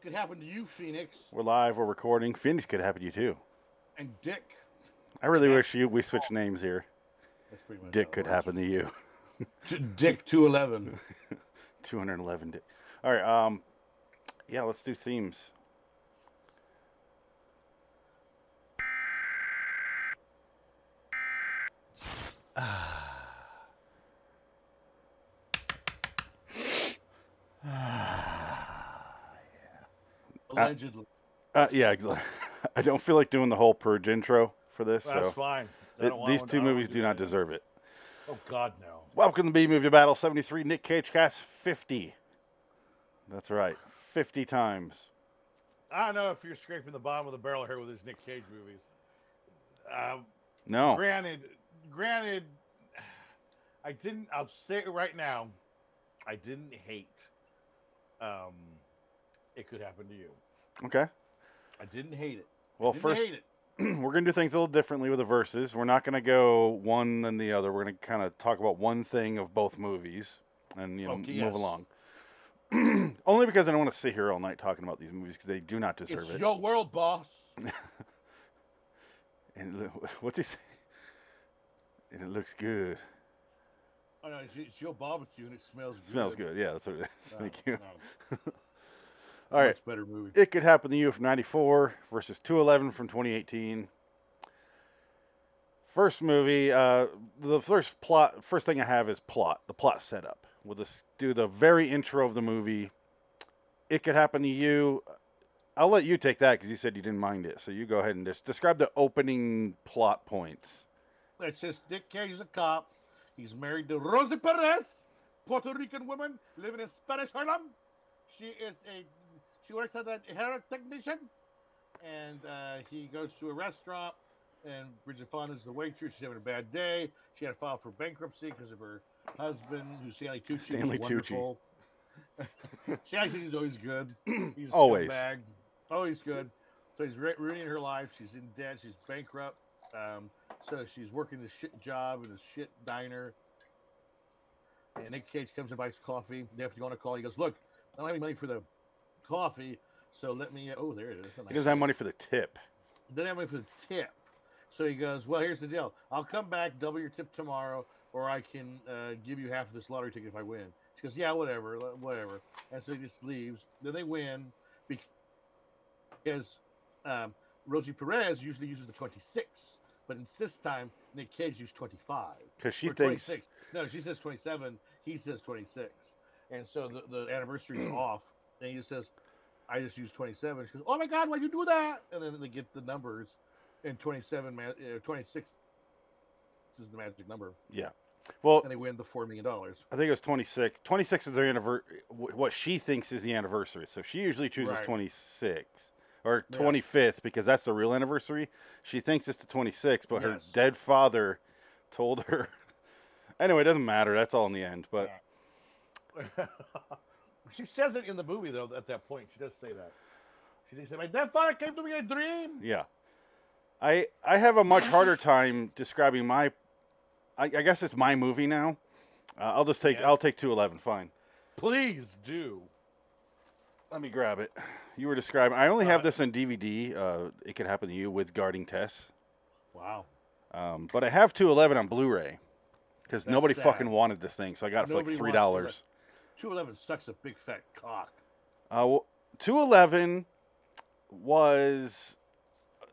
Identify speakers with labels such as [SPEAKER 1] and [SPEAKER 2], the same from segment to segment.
[SPEAKER 1] could happen to you, Phoenix
[SPEAKER 2] We're live. We're recording. Phoenix could happen to you too.
[SPEAKER 1] and Dick.
[SPEAKER 2] I really wish you we switched
[SPEAKER 3] Oh.
[SPEAKER 2] names here.
[SPEAKER 1] That's pretty much
[SPEAKER 2] Dick could happen to you.
[SPEAKER 1] happen. Dick two eleven.
[SPEAKER 2] 211 Dick. All right. Um, yeah, let's do themes.
[SPEAKER 1] Allegedly,
[SPEAKER 2] Uh, yeah, exa- I don't feel like doing the whole Purge intro for this.
[SPEAKER 3] That's
[SPEAKER 2] so
[SPEAKER 3] fine. I
[SPEAKER 2] th-
[SPEAKER 3] don't want
[SPEAKER 2] these
[SPEAKER 3] one-
[SPEAKER 2] two
[SPEAKER 3] I don't
[SPEAKER 2] movies do not deserve it.
[SPEAKER 3] that. Oh God, no.
[SPEAKER 2] Welcome to B Movie Battle 73, Nick Cage Cast 50. That's right, 50 times.
[SPEAKER 3] I don't know if you're scraping the bottom of the barrel here with these Nick Cage movies. Uh,
[SPEAKER 2] No.
[SPEAKER 3] Granted, granted, I didn't. I'll say it right now. I didn't hate. Um, it could happen to you.
[SPEAKER 2] Okay.
[SPEAKER 1] I didn't hate it.
[SPEAKER 2] Well,
[SPEAKER 1] didn't
[SPEAKER 2] first,
[SPEAKER 1] hate it.
[SPEAKER 2] we're going to do things a little differently with the verses. We're not going to go one than the other. We're going to kind of talk about one thing of both movies and you know
[SPEAKER 1] Okay, yes.
[SPEAKER 2] move along. Only because I don't want to sit here all night talking about these movies because they do not deserve
[SPEAKER 1] It's
[SPEAKER 2] it.
[SPEAKER 1] your world, boss.
[SPEAKER 2] and it loo- what's he say? And it looks good.
[SPEAKER 1] Oh, no, it's, it's your barbecue and it smells. good.
[SPEAKER 2] Smells good. Yeah, that's what it is.
[SPEAKER 1] No,
[SPEAKER 2] Thank you.
[SPEAKER 1] no,
[SPEAKER 2] All right.
[SPEAKER 1] Much better movie.
[SPEAKER 2] It Could Happen to You from 94 versus 211 from 2018. First movie, uh, the first plot, first thing I have is plot, the plot setup. We'll just do the very intro of the movie. It Could Happen to You. I'll let you take that because you said you didn't mind it. So you go ahead and just describe the opening plot points.
[SPEAKER 1] It's just Dick Cage is a cop. He's married to Rosie Perez, Puerto Rican woman living in Spanish Harlem. She is a she works as a hair technician, and uh, he goes to a restaurant. And Bridget Fonda's the waitress. She's having a bad day. She had to file for bankruptcy because of her husband, who's Stanley Tucci. who's
[SPEAKER 2] Stanley Tucci.
[SPEAKER 1] wonderful. Stanley Tucci's always good. He's a
[SPEAKER 2] Always.
[SPEAKER 1] scumbag. Always good. So he's ru- ruining her life. She's in debt. She's bankrupt. Um, so she's working this shit job in this shit diner. And Nick Cage comes and buys coffee. They have to go on a call. He goes, Look, I don't have any money for the coffee. So let me. Oh, there it is.
[SPEAKER 2] He doesn't have money for the tip.
[SPEAKER 1] Doesn't have money for the tip. So he goes, Well, here's the deal. I'll come back, double your tip tomorrow, or I can uh, give you half of this lottery ticket if I win. She goes, Yeah, whatever. li- Whatever. And so he just leaves. Then they win bec- because um, Rosie Perez usually uses the 26, but it's this time Nick Cage used 25
[SPEAKER 2] Because she
[SPEAKER 1] or
[SPEAKER 2] thinks
[SPEAKER 1] 26. No, she says 27. He says 26. And so the, the anniversary is off. And he says, I just used 27. She goes, Oh my God, why'd you do that? And then they get the numbers. And 27, ma- uh, 26 is the magic number.
[SPEAKER 2] Yeah. Well,
[SPEAKER 1] And they win the $4 million.
[SPEAKER 2] I think it was 26. 26 is their anniversary, what she thinks is the anniversary. So she usually chooses
[SPEAKER 1] Right.
[SPEAKER 2] 26 or
[SPEAKER 1] Yeah.
[SPEAKER 2] 25th because that's the real anniversary. She thinks it's the 26, but her
[SPEAKER 1] Yes.
[SPEAKER 2] dead father told her. anyway, it doesn't matter. That's all in the end. But
[SPEAKER 3] Yeah. she says it in the movie though. At that point, she does say that. She did say, "My dead father came to me in a dream."
[SPEAKER 2] yeah. I I have a much harder time describing my I, I guess it's my movie now. Uh, I'll just take
[SPEAKER 3] Yeah.
[SPEAKER 2] I'll take 211, fine.
[SPEAKER 3] Please do.
[SPEAKER 2] Let me grab it. You were describing. I only have
[SPEAKER 3] Uh,
[SPEAKER 2] this on DVD. Uh, it could happen to you with guarding Tess.
[SPEAKER 3] Wow.
[SPEAKER 2] Um, but I have 211 on Blu-ray because
[SPEAKER 1] That's
[SPEAKER 2] nobody
[SPEAKER 1] sad.
[SPEAKER 2] fucking wanted this thing, so I got it for
[SPEAKER 1] Nobody
[SPEAKER 2] like three
[SPEAKER 1] wants
[SPEAKER 2] dollars.
[SPEAKER 1] 211 sucks a big fat cock.
[SPEAKER 2] Uh, well, 211 was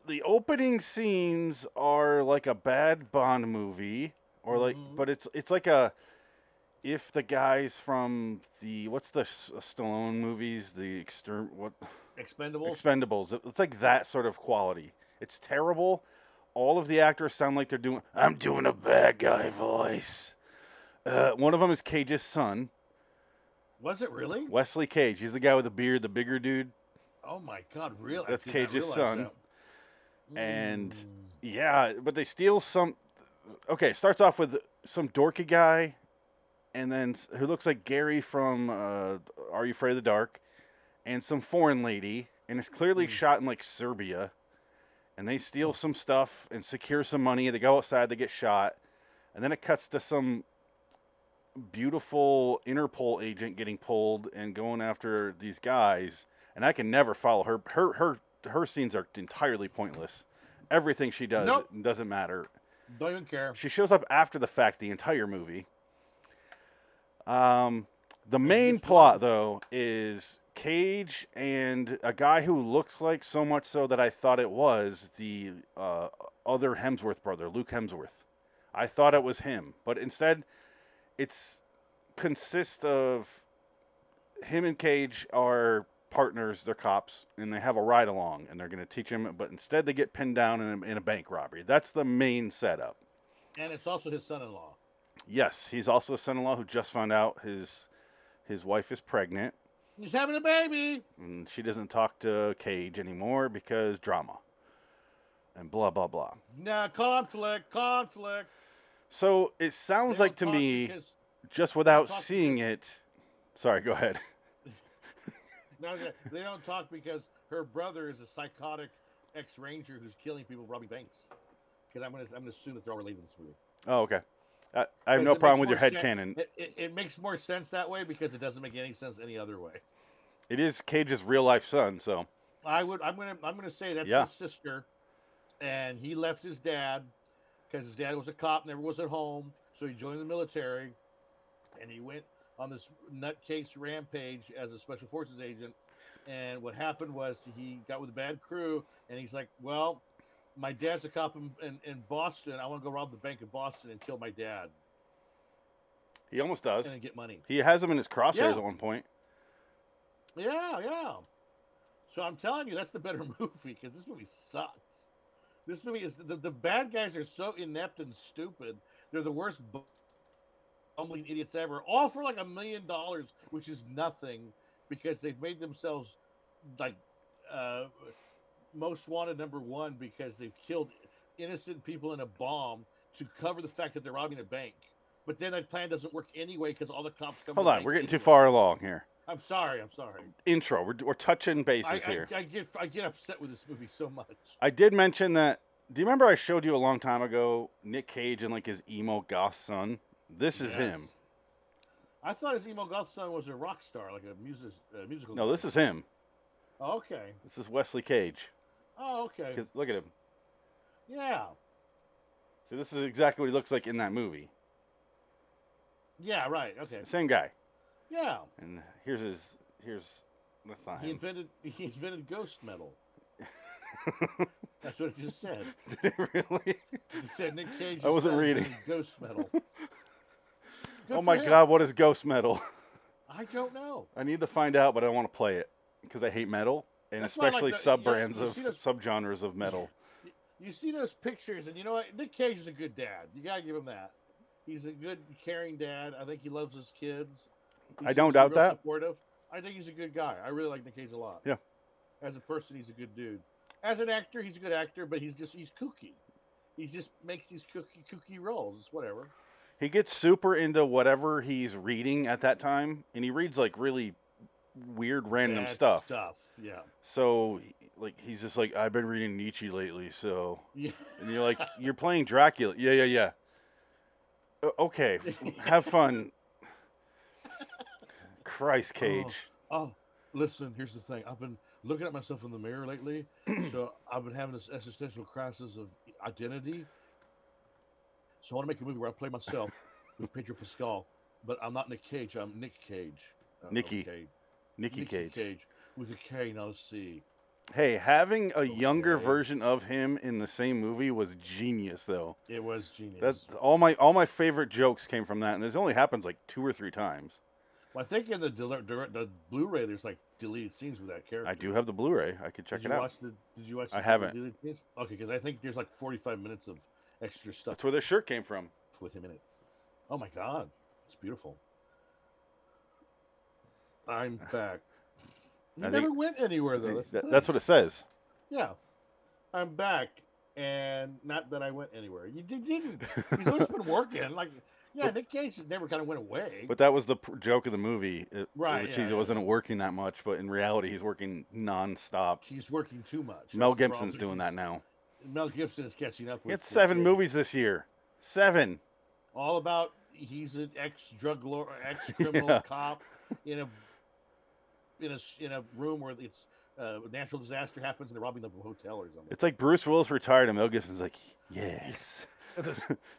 [SPEAKER 2] the opening scenes are like a bad Bond movie, or like,
[SPEAKER 1] Mhm.
[SPEAKER 2] but it's it's like a if the guys from the what's the S- Stallone movies, the extern what
[SPEAKER 1] Expendable.
[SPEAKER 2] Expendables. It- It's like that sort of quality. It's terrible. All of the actors sound like they're doing. I'm doing a bad guy voice. Uh, one of them is Cage's son,
[SPEAKER 1] was it really?
[SPEAKER 2] Wesley Cage. He's the guy with the beard, the bigger dude.
[SPEAKER 1] Oh my God, really? I
[SPEAKER 2] That's
[SPEAKER 1] did not
[SPEAKER 2] Cage's
[SPEAKER 1] realize
[SPEAKER 2] son.
[SPEAKER 1] that.
[SPEAKER 2] And-
[SPEAKER 1] Mm.
[SPEAKER 2] Yeah, but they steal some. Okay, it starts off with some dorky guy, and then s- who looks like Gary from uh, Are You Afraid of the Dark, and some foreign lady, and it's clearly
[SPEAKER 1] Mm.
[SPEAKER 2] shot in like Serbia, and they steal some stuff and secure some money. They go outside, they get shot, and then it cuts to some beautiful Interpol agent getting pulled and going after these guys, and I can never follow her. Her her her scenes are entirely pointless. Everything she does
[SPEAKER 1] Nope.
[SPEAKER 2] doesn't matter.
[SPEAKER 1] Don't even care.
[SPEAKER 2] She shows up after the fact the entire movie. Um, the main plot though is Cage and a guy who looks like so much so that I thought it was the uh, other Hemsworth brother, Luke Hemsworth. I thought it was him, but instead, it's consists of him and Cage are partners. They're cops, and they have a ride along, and they're going to teach him. But instead, they get pinned down in a, in a bank robbery. That's the main setup.
[SPEAKER 1] And it's also his son-in-law.
[SPEAKER 2] Yes, he's also a son-in-law who just found out his his wife is pregnant,
[SPEAKER 1] He's having a baby.
[SPEAKER 2] and she doesn't talk to Cage anymore because drama, and blah blah blah.
[SPEAKER 1] Nah, conflict, conflict.
[SPEAKER 2] So it sounds
[SPEAKER 1] They
[SPEAKER 2] like
[SPEAKER 1] don't
[SPEAKER 2] to
[SPEAKER 1] talk
[SPEAKER 2] me,
[SPEAKER 1] because-
[SPEAKER 2] just without
[SPEAKER 1] talk
[SPEAKER 2] seeing
[SPEAKER 1] because-
[SPEAKER 2] it. Sorry, go ahead.
[SPEAKER 1] No, they- they don't talk because her brother is a psychotic ex-ranger who's killing people robbing banks. Because I'm gonna, I'm gonna assume that they're all related in this movie.
[SPEAKER 2] Oh, okay. I, I have
[SPEAKER 1] Because
[SPEAKER 2] no
[SPEAKER 1] it
[SPEAKER 2] problem
[SPEAKER 1] makes
[SPEAKER 2] with your
[SPEAKER 1] more
[SPEAKER 2] head
[SPEAKER 1] sense-
[SPEAKER 2] cannon.
[SPEAKER 1] It, it, it makes more sense that way because it doesn't make any sense any other way.
[SPEAKER 2] It is Cage's real life son, so
[SPEAKER 1] I would. I'm gonna. I'm gonna say that's
[SPEAKER 2] Yeah.
[SPEAKER 1] his sister, and he left his dad because his dad was a cop, never was at home, so he joined the military, and he went on this nutcase rampage as a special forces agent. And what happened was he got with a bad crew, and he's like, "Well, my dad's a cop in, in, in Boston. I want to go rob the bank in Boston and kill my dad
[SPEAKER 2] he almost does.
[SPEAKER 1] and then get money."
[SPEAKER 2] He has him in his crosshairs
[SPEAKER 1] Yeah.
[SPEAKER 2] at one point.
[SPEAKER 1] Yeah, yeah. So I'm telling you, that's the better movie because this movie sucks. This movie is the, the bad guys are so inept and stupid. They're the worst bu- bumbling idiots ever, all for like a million dollars, which is nothing because they've made themselves like uh, most wanted number one because they've killed innocent people in a bomb to cover the fact that they're robbing a bank. But then that plan doesn't work anyway because all the cops come. to
[SPEAKER 2] Hold
[SPEAKER 1] the
[SPEAKER 2] on,
[SPEAKER 1] bank
[SPEAKER 2] we're getting too
[SPEAKER 1] anyway.
[SPEAKER 2] far along here.
[SPEAKER 1] I'm sorry. I'm sorry.
[SPEAKER 2] Intro. We're, we're touching
[SPEAKER 1] I,
[SPEAKER 2] bases
[SPEAKER 1] I,
[SPEAKER 2] here.
[SPEAKER 1] I get I get upset with this movie so much.
[SPEAKER 2] I did mention that. Do you remember I showed you a long time ago Nick Cage and like his emo goth son? This is him.
[SPEAKER 1] Yes. I thought his emo goth son was a rock star, like a music uh, musical.
[SPEAKER 2] No,
[SPEAKER 1] guy.
[SPEAKER 2] this is him.
[SPEAKER 1] Oh, okay.
[SPEAKER 2] This is Wesley Cage.
[SPEAKER 1] Oh, okay.
[SPEAKER 2] 'Cause look at him.
[SPEAKER 1] Yeah,
[SPEAKER 2] See, this is exactly what he looks like in that movie.
[SPEAKER 1] yeah, right. Okay,
[SPEAKER 2] Same guy.
[SPEAKER 1] yeah.
[SPEAKER 2] And here's his. Here's. That's not
[SPEAKER 1] He
[SPEAKER 2] him.
[SPEAKER 1] invented he invented ghost metal. That's what it just said.
[SPEAKER 2] Did it really?
[SPEAKER 1] It said Nick Cage.
[SPEAKER 2] I wasn't reading.
[SPEAKER 1] ghost metal. Good
[SPEAKER 2] oh
[SPEAKER 1] for
[SPEAKER 2] my
[SPEAKER 1] him.
[SPEAKER 2] god, what is ghost metal?
[SPEAKER 1] I don't know.
[SPEAKER 2] I need to find out, but I don't want to play it because I hate metal and
[SPEAKER 1] That's why I like
[SPEAKER 2] especially
[SPEAKER 1] the- yeah,
[SPEAKER 2] sub brands
[SPEAKER 1] you
[SPEAKER 2] of
[SPEAKER 1] see those-
[SPEAKER 2] subgenres of metal.
[SPEAKER 1] You see those pictures, and you know what? Nick Cage is a good dad. You gotta give him that. He's a good, caring dad. I think he loves his kids. He
[SPEAKER 2] I
[SPEAKER 1] seems
[SPEAKER 2] don't
[SPEAKER 1] real
[SPEAKER 2] doubt that.
[SPEAKER 1] Supportive. I think he's a good guy. I really like Nick Cage a lot.
[SPEAKER 2] Yeah.
[SPEAKER 1] As a person, he's a good dude. As an actor, he's a good actor, but he's just he's kooky. He just makes these kooky kooky roles. It's whatever.
[SPEAKER 2] He gets super into whatever he's reading at that time, and he reads like really weird random
[SPEAKER 1] Bad
[SPEAKER 2] stuff.
[SPEAKER 1] Stuff. Yeah.
[SPEAKER 2] So like he's just like I've been reading Nietzsche lately, so
[SPEAKER 1] Yeah.
[SPEAKER 2] and you're like you're playing Dracula. Yeah, yeah, yeah. O- okay, have fun. Christ Cage.
[SPEAKER 1] Oh, listen. Here's the thing. I've been looking at myself in the mirror lately, so I've been having this existential crisis of identity. So I want to make a movie where I play myself with Pedro Pascal, but I'm not Nick Cage. I'm Nick Cage. Uh,
[SPEAKER 2] Nicky.
[SPEAKER 1] okay.
[SPEAKER 2] Nikki Cage.
[SPEAKER 1] with a K, not a C.
[SPEAKER 2] Hey, having a younger
[SPEAKER 1] Okay.
[SPEAKER 2] version of him in the same movie was genius, though.
[SPEAKER 1] It was genius.
[SPEAKER 2] That's all my all my favorite jokes came from that, and this only happens like two or three times.
[SPEAKER 1] Well, I think in the del- direct, the Blu-ray, there's like deleted scenes with that character.
[SPEAKER 2] I do have the Blu-ray. I could check
[SPEAKER 1] did
[SPEAKER 2] it
[SPEAKER 1] you
[SPEAKER 2] out.
[SPEAKER 1] Watch the, did you watch?
[SPEAKER 2] I
[SPEAKER 1] the
[SPEAKER 2] haven't.
[SPEAKER 1] Deleted scenes? Okay, because I think there's like 45 minutes of extra stuff
[SPEAKER 2] That's where this shirt came from.
[SPEAKER 1] with him in it. Oh my god, it's beautiful. I'm back. You
[SPEAKER 2] I
[SPEAKER 1] never
[SPEAKER 2] think-
[SPEAKER 1] went anywhere though. That's,
[SPEAKER 2] That's,
[SPEAKER 1] the
[SPEAKER 2] that's
[SPEAKER 1] thing.
[SPEAKER 2] what it says.
[SPEAKER 1] Yeah, I'm back, and not that I went anywhere. You did, didn't. He's always been working. Like, yeah, Nick Cage just never kind of went away.
[SPEAKER 2] But that was the pr- joke of the movie, it,
[SPEAKER 1] Right,
[SPEAKER 2] Which
[SPEAKER 1] yeah,
[SPEAKER 2] he
[SPEAKER 1] yeah.
[SPEAKER 2] wasn't working that much, but in reality, he's working nonstop.
[SPEAKER 1] he's working too much.
[SPEAKER 2] Mel
[SPEAKER 1] That's the
[SPEAKER 2] Gibson's
[SPEAKER 1] problem.
[SPEAKER 2] doing that now.
[SPEAKER 1] Mel Gibson is catching up.
[SPEAKER 2] He
[SPEAKER 1] with
[SPEAKER 2] had
[SPEAKER 1] Nick
[SPEAKER 2] seven
[SPEAKER 1] Cage.
[SPEAKER 2] movies this year. Seven.
[SPEAKER 1] All about he's an ex drug lord, ex criminal
[SPEAKER 2] Yeah.
[SPEAKER 1] cop in a in a s- in a room where it's uh, a natural disaster happens and they're robbing the hotel or something.
[SPEAKER 2] It's like Bruce Willis retired and Mel Gibson's like, yes.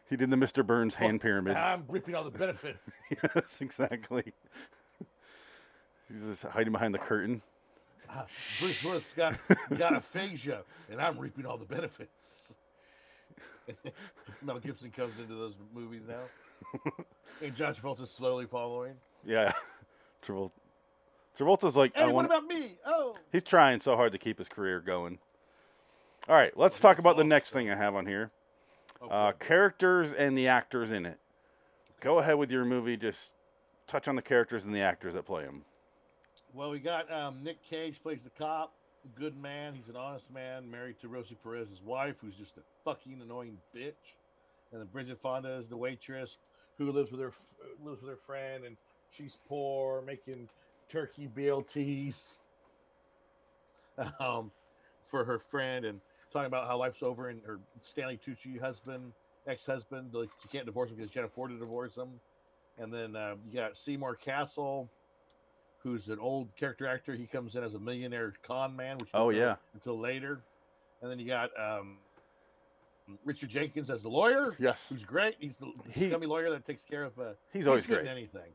[SPEAKER 2] he did the Mr. Burns hand pyramid.
[SPEAKER 3] And I'm ripping all the benefits.
[SPEAKER 2] yes, exactly. He's just hiding behind the curtain.
[SPEAKER 1] Ah, Bruce Willis got got aphasia, and I'm reaping all the benefits. Mel Gibson comes into those movies now, and John Travolta's slowly following.
[SPEAKER 2] Yeah. Travolta. Travolta's like,
[SPEAKER 1] Hey,
[SPEAKER 2] I
[SPEAKER 1] what
[SPEAKER 2] want.
[SPEAKER 1] about me? Oh,
[SPEAKER 2] He's trying so hard to keep his career going. All right, let's
[SPEAKER 1] he
[SPEAKER 2] talk
[SPEAKER 1] was
[SPEAKER 2] about the
[SPEAKER 1] awesome.
[SPEAKER 2] next thing I have on here.
[SPEAKER 1] okay.
[SPEAKER 2] Uh, characters and the actors in it. Go ahead with your movie. Just touch on the characters and the actors that play them.
[SPEAKER 1] well, we got um, Nick Cage plays the cop, a good man. He's an honest man, married to Rosie Perez's wife, who's just a fucking annoying bitch. And then Bridget Fonda is the waitress who lives with her f- lives with her friend, and she's poor, making turkey BLTs um, for her friend, and talking about how life's over. And her Stanley Tucci husband, ex husband, like she can't divorce him because she can't afford to divorce him. And then uh, you got Seymour Castle, who's an old character actor. He comes in as a millionaire con man, which you
[SPEAKER 2] Oh,
[SPEAKER 1] don't know
[SPEAKER 2] yeah.
[SPEAKER 1] until later. And then you got um, Richard Jenkins as the lawyer,
[SPEAKER 2] Yes.
[SPEAKER 1] who's great. He's the the
[SPEAKER 2] He-
[SPEAKER 1] scummy lawyer that takes care of. Uh,
[SPEAKER 2] He's always
[SPEAKER 1] good
[SPEAKER 2] great.
[SPEAKER 1] in anything.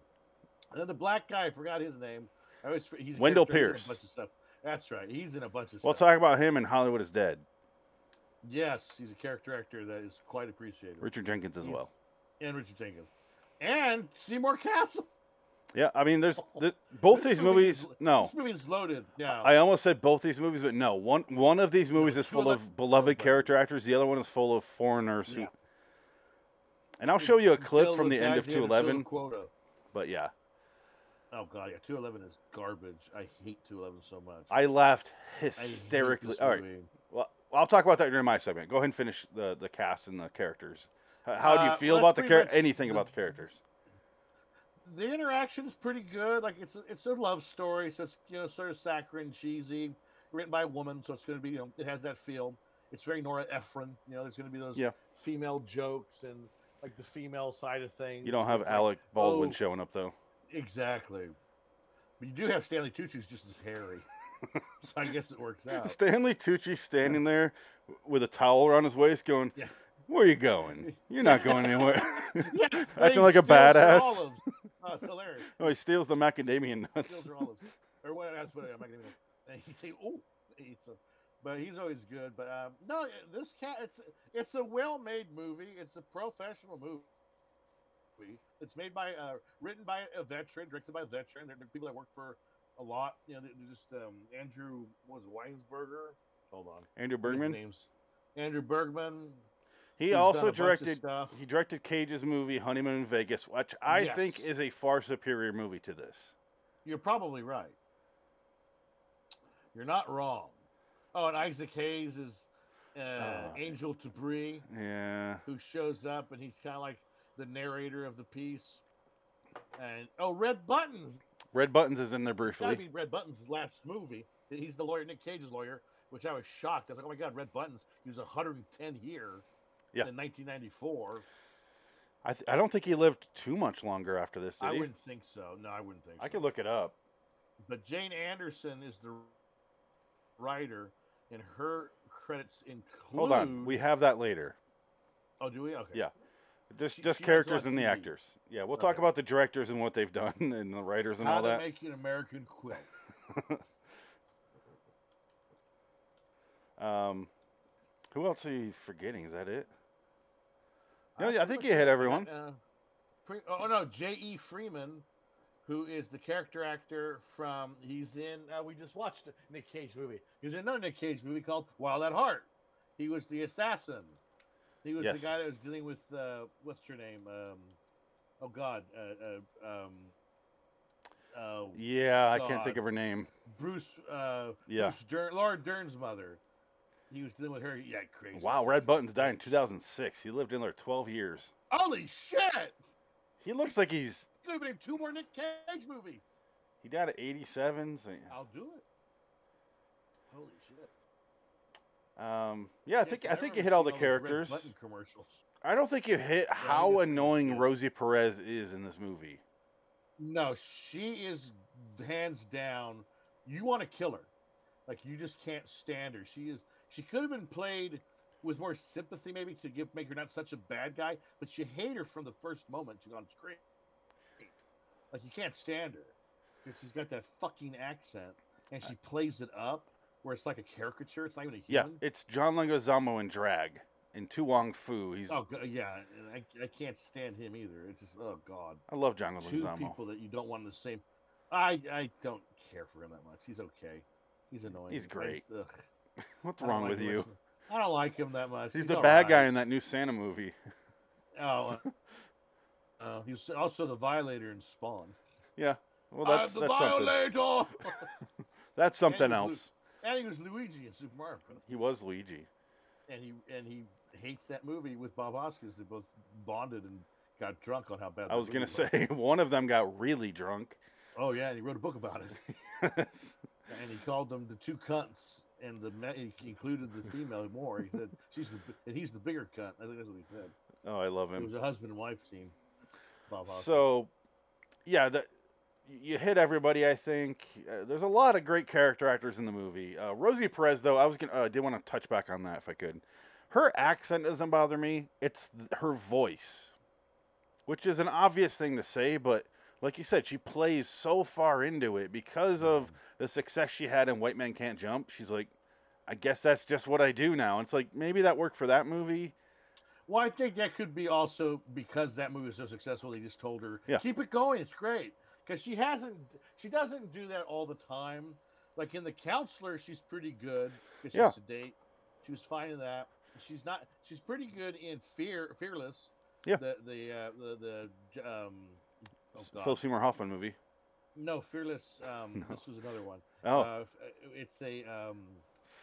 [SPEAKER 1] And then the black guy, I forgot his name. I always fr- he's a
[SPEAKER 2] Wendell
[SPEAKER 1] character,
[SPEAKER 2] Pierce.
[SPEAKER 1] He's in a bunch of stuff. That's right. He's in a bunch of
[SPEAKER 2] We'll
[SPEAKER 1] stuff.
[SPEAKER 2] talk about him and Hollywood is Dead.
[SPEAKER 1] yes, he's a character actor that is quite appreciated.
[SPEAKER 2] Richard Jenkins as
[SPEAKER 1] He's-
[SPEAKER 2] well.
[SPEAKER 1] and Richard Jenkins, and Seymour Castle.
[SPEAKER 2] Yeah, I mean, there's th- both
[SPEAKER 1] Oh, This
[SPEAKER 2] these
[SPEAKER 1] movie
[SPEAKER 2] movies.
[SPEAKER 1] is-
[SPEAKER 2] No,
[SPEAKER 1] This movie is loaded. Yeah,
[SPEAKER 2] Oh. I almost said both these movies, but no. One one of these movies
[SPEAKER 1] but
[SPEAKER 2] is
[SPEAKER 1] two of
[SPEAKER 2] full
[SPEAKER 1] them-
[SPEAKER 2] of beloved
[SPEAKER 1] but-
[SPEAKER 2] character actors. The other one is full of foreigners. Who,
[SPEAKER 1] Yeah.
[SPEAKER 2] and I'll show you a clip
[SPEAKER 1] Tell
[SPEAKER 2] from
[SPEAKER 1] those
[SPEAKER 2] the end
[SPEAKER 1] guys
[SPEAKER 2] of
[SPEAKER 1] they had to fill
[SPEAKER 2] two
[SPEAKER 1] the
[SPEAKER 2] eleven.
[SPEAKER 1] Quota.
[SPEAKER 2] But yeah,
[SPEAKER 1] Oh god, yeah, two eleven is garbage. I hate two eleven so much.
[SPEAKER 2] I laughed
[SPEAKER 1] I hate this
[SPEAKER 2] hysterically. All right,
[SPEAKER 1] movie.
[SPEAKER 2] well, I'll talk about that during my segment. Go ahead and finish the the cast and the characters. H- How do you
[SPEAKER 1] Uh,
[SPEAKER 2] feel
[SPEAKER 1] well,
[SPEAKER 2] about
[SPEAKER 1] that's
[SPEAKER 2] the
[SPEAKER 1] pretty
[SPEAKER 2] char-
[SPEAKER 1] much
[SPEAKER 2] anything
[SPEAKER 1] the-
[SPEAKER 2] about the characters?
[SPEAKER 1] the interaction's pretty good. Like it's a, it's a love story, so it's you know sort of saccharine, cheesy, written by a woman, so it's going to be you know it has that feel. It's very Nora Ephron. You know, there's going to be those
[SPEAKER 2] Yeah.
[SPEAKER 1] female jokes and like the female side of things.
[SPEAKER 2] You don't have
[SPEAKER 1] It's like-
[SPEAKER 2] Alec Baldwin
[SPEAKER 1] oh.
[SPEAKER 2] showing up though.
[SPEAKER 1] exactly, but you do have Stanley Tucci's just as hairy. so I guess it works out.
[SPEAKER 2] Stanley Tucci standing there w- with a towel around his waist, going,
[SPEAKER 1] Yeah.
[SPEAKER 2] "Where you going? You're not going anywhere."
[SPEAKER 1] Yeah,
[SPEAKER 2] acting like a badass.
[SPEAKER 1] Oh, it's hilarious.
[SPEAKER 2] oh, he steals the macadamia nuts.
[SPEAKER 1] Fields or olives, or what? That's what I'm not gonna. And he say, "Oh, it's a," but he's always good. But um, no, this cat. It's it's a well-made movie. It's a professional movie. It's made by, uh, written by a veteran, directed by a veteran. They're, they're people that work for a lot. You know, they're they're just um, Andrew what was it, Weinsberger. Hold on,
[SPEAKER 2] Andrew
[SPEAKER 1] What are his
[SPEAKER 2] Bergman.
[SPEAKER 1] Names. Andrew Bergman.
[SPEAKER 2] He
[SPEAKER 1] who's done a
[SPEAKER 2] also
[SPEAKER 1] bunch of
[SPEAKER 2] directed.
[SPEAKER 1] stuff.
[SPEAKER 2] He directed Cage's movie Honeymoon in Vegas, which I think
[SPEAKER 1] Yes.
[SPEAKER 2] is a far superior movie to this.
[SPEAKER 1] You're probably right. You're not wrong. Oh, and Isaac Hayes is uh,
[SPEAKER 2] Oh.
[SPEAKER 1] Angel Debris,
[SPEAKER 2] Yeah.
[SPEAKER 1] who shows up and he's kind of like the narrator of the piece. And oh, Red Buttons.
[SPEAKER 2] Red Buttons is in there
[SPEAKER 1] It's got to
[SPEAKER 2] briefly.
[SPEAKER 1] be Red Buttons' last movie. He's the lawyer, Nick Cage's lawyer, which I was shocked. I was like, oh my God, Red Buttons. He was 110 here
[SPEAKER 2] Yeah.
[SPEAKER 1] in 1994.
[SPEAKER 2] I, th- I don't think he lived too much longer after this. Did
[SPEAKER 1] I
[SPEAKER 2] he?
[SPEAKER 1] wouldn't think so. No, I wouldn't think so.
[SPEAKER 2] I could look it up.
[SPEAKER 1] but Jane Anderson is the writer, and her credits include.
[SPEAKER 2] Hold on, we have that later.
[SPEAKER 1] oh, do we? Okay.
[SPEAKER 2] Yeah. Just
[SPEAKER 1] She-
[SPEAKER 2] just
[SPEAKER 1] she was on
[SPEAKER 2] characters and the
[SPEAKER 1] TV.
[SPEAKER 2] actors. Yeah, we'll talk
[SPEAKER 1] Okay.
[SPEAKER 2] about the directors and what they've done and the writers and
[SPEAKER 1] How
[SPEAKER 2] all
[SPEAKER 1] to
[SPEAKER 2] that.
[SPEAKER 1] make an American quick?
[SPEAKER 2] Um, who else are you forgetting? Is that it? No,
[SPEAKER 1] Uh,
[SPEAKER 2] yeah, I
[SPEAKER 1] pretty
[SPEAKER 2] think
[SPEAKER 1] much
[SPEAKER 2] you hit
[SPEAKER 1] that. We
[SPEAKER 2] everyone.
[SPEAKER 1] got, uh, pre- oh no, J.E. Freeman, who is the character actor from he's in uh, we just watched a Nick Cage movie. He was in another Nick Cage movie called Wild at Heart. He was the assassin. He was the
[SPEAKER 2] Yes.
[SPEAKER 1] guy that was dealing with uh, what's her name? Um, oh God, uh, uh, um, oh,
[SPEAKER 2] Yeah, I can't think
[SPEAKER 1] God.
[SPEAKER 2] of her name.
[SPEAKER 1] Bruce, uh,
[SPEAKER 2] Yeah.
[SPEAKER 1] Bruce Dern, Laura Dern's mother. He was dealing with her. Yeah, crazy.
[SPEAKER 2] Wow,
[SPEAKER 1] stuff.
[SPEAKER 2] Red Buttons died in 2006. He lived in there 12 years.
[SPEAKER 1] Holy shit!
[SPEAKER 2] He looks like he's
[SPEAKER 1] Could have been in two more Nick Cage movies.
[SPEAKER 2] he died at 87. So,
[SPEAKER 1] I'll do it. Holy shit!
[SPEAKER 2] um, yeah, I think I think you hit all the characters.
[SPEAKER 1] Button commercials.
[SPEAKER 2] I don't think you hit
[SPEAKER 1] think
[SPEAKER 2] how
[SPEAKER 1] it's pretty
[SPEAKER 2] annoying
[SPEAKER 1] good.
[SPEAKER 2] Rosie Perez is in this movie.
[SPEAKER 1] No, she is hands down you want to kill her. Like you just can't stand her. She is she could have been played with more sympathy maybe to give make her not such a bad guy, but you hate her from the first moment she's on screen. Like you can't stand her. Because she's got that fucking accent and she plays it up where it's like a caricature, it's not even a
[SPEAKER 2] Yeah,
[SPEAKER 1] human.
[SPEAKER 2] it's John Leguizamo in drag and Tu Wong Fu. He's
[SPEAKER 1] Oh go- yeah, and I, I can't stand him either. It's just oh god.
[SPEAKER 2] I love John
[SPEAKER 1] two
[SPEAKER 2] Leguizamo.
[SPEAKER 1] people that you don't want in the same. I I don't care for him that much. He's okay. He's annoying.
[SPEAKER 2] He's
[SPEAKER 1] I just-
[SPEAKER 2] great.
[SPEAKER 1] ugh,
[SPEAKER 2] What's
[SPEAKER 1] I don't
[SPEAKER 2] wrong
[SPEAKER 1] like
[SPEAKER 2] with
[SPEAKER 1] him
[SPEAKER 2] you?
[SPEAKER 1] much. I don't like him that much.
[SPEAKER 2] He's, the bad guy
[SPEAKER 1] alright.
[SPEAKER 2] in that new Santa movie.
[SPEAKER 1] Oh, uh, uh, he was also the violator in Spawn.
[SPEAKER 2] Yeah. Well, that's
[SPEAKER 1] I'm the
[SPEAKER 2] that's something.
[SPEAKER 1] violator.
[SPEAKER 2] That's something
[SPEAKER 1] Lu-
[SPEAKER 2] else.
[SPEAKER 1] and he was Luigi in Super Mario Bros.
[SPEAKER 2] He was Luigi.
[SPEAKER 1] And he and he hates that movie with Bob Hoskins. They both bonded and got drunk on how bad.
[SPEAKER 2] I
[SPEAKER 1] that
[SPEAKER 2] was
[SPEAKER 1] movie
[SPEAKER 2] gonna say one of them got really drunk.
[SPEAKER 1] Oh yeah, and he wrote a book about it. and he called them the two cunts, and the ma- he included the female more. He said she's the b- and he's the bigger cunt. I think that's what he said.
[SPEAKER 2] oh, I love
[SPEAKER 1] It
[SPEAKER 2] him.
[SPEAKER 1] was a husband and wife team. Bob Hoskins.
[SPEAKER 2] So, yeah, the, you hit everybody. I think uh, there's a lot of great character actors in the movie. Uh, Rosie Perez, though, I was gonna, uh, I did want to touch back on that if I could. Her accent doesn't bother me. It's th- her voice, which is an obvious thing to say, but like you said, she plays so far into it because
[SPEAKER 1] Mm-hmm.
[SPEAKER 2] of the success she had in White Man Can't Jump. She's like, I guess that's just what I do now. And it's like maybe that worked for that movie.
[SPEAKER 1] well, I think that could be also because that movie was so successful. They just told her
[SPEAKER 2] Yeah.
[SPEAKER 1] keep it going. It's great because she hasn't she doesn't do that all the time. Like in the counselor, she's pretty good because she's
[SPEAKER 2] Yeah.
[SPEAKER 1] sedate. She was fine in that. She's not. She's pretty good in Fear Fearless.
[SPEAKER 2] Yeah.
[SPEAKER 1] The the uh, the the um. Oh God.
[SPEAKER 2] Philip Seymour Hoffman movie.
[SPEAKER 1] No, Fearless. Um,
[SPEAKER 2] No.
[SPEAKER 1] This was another one.
[SPEAKER 2] Oh,
[SPEAKER 1] Uh, f- uh, it's a um,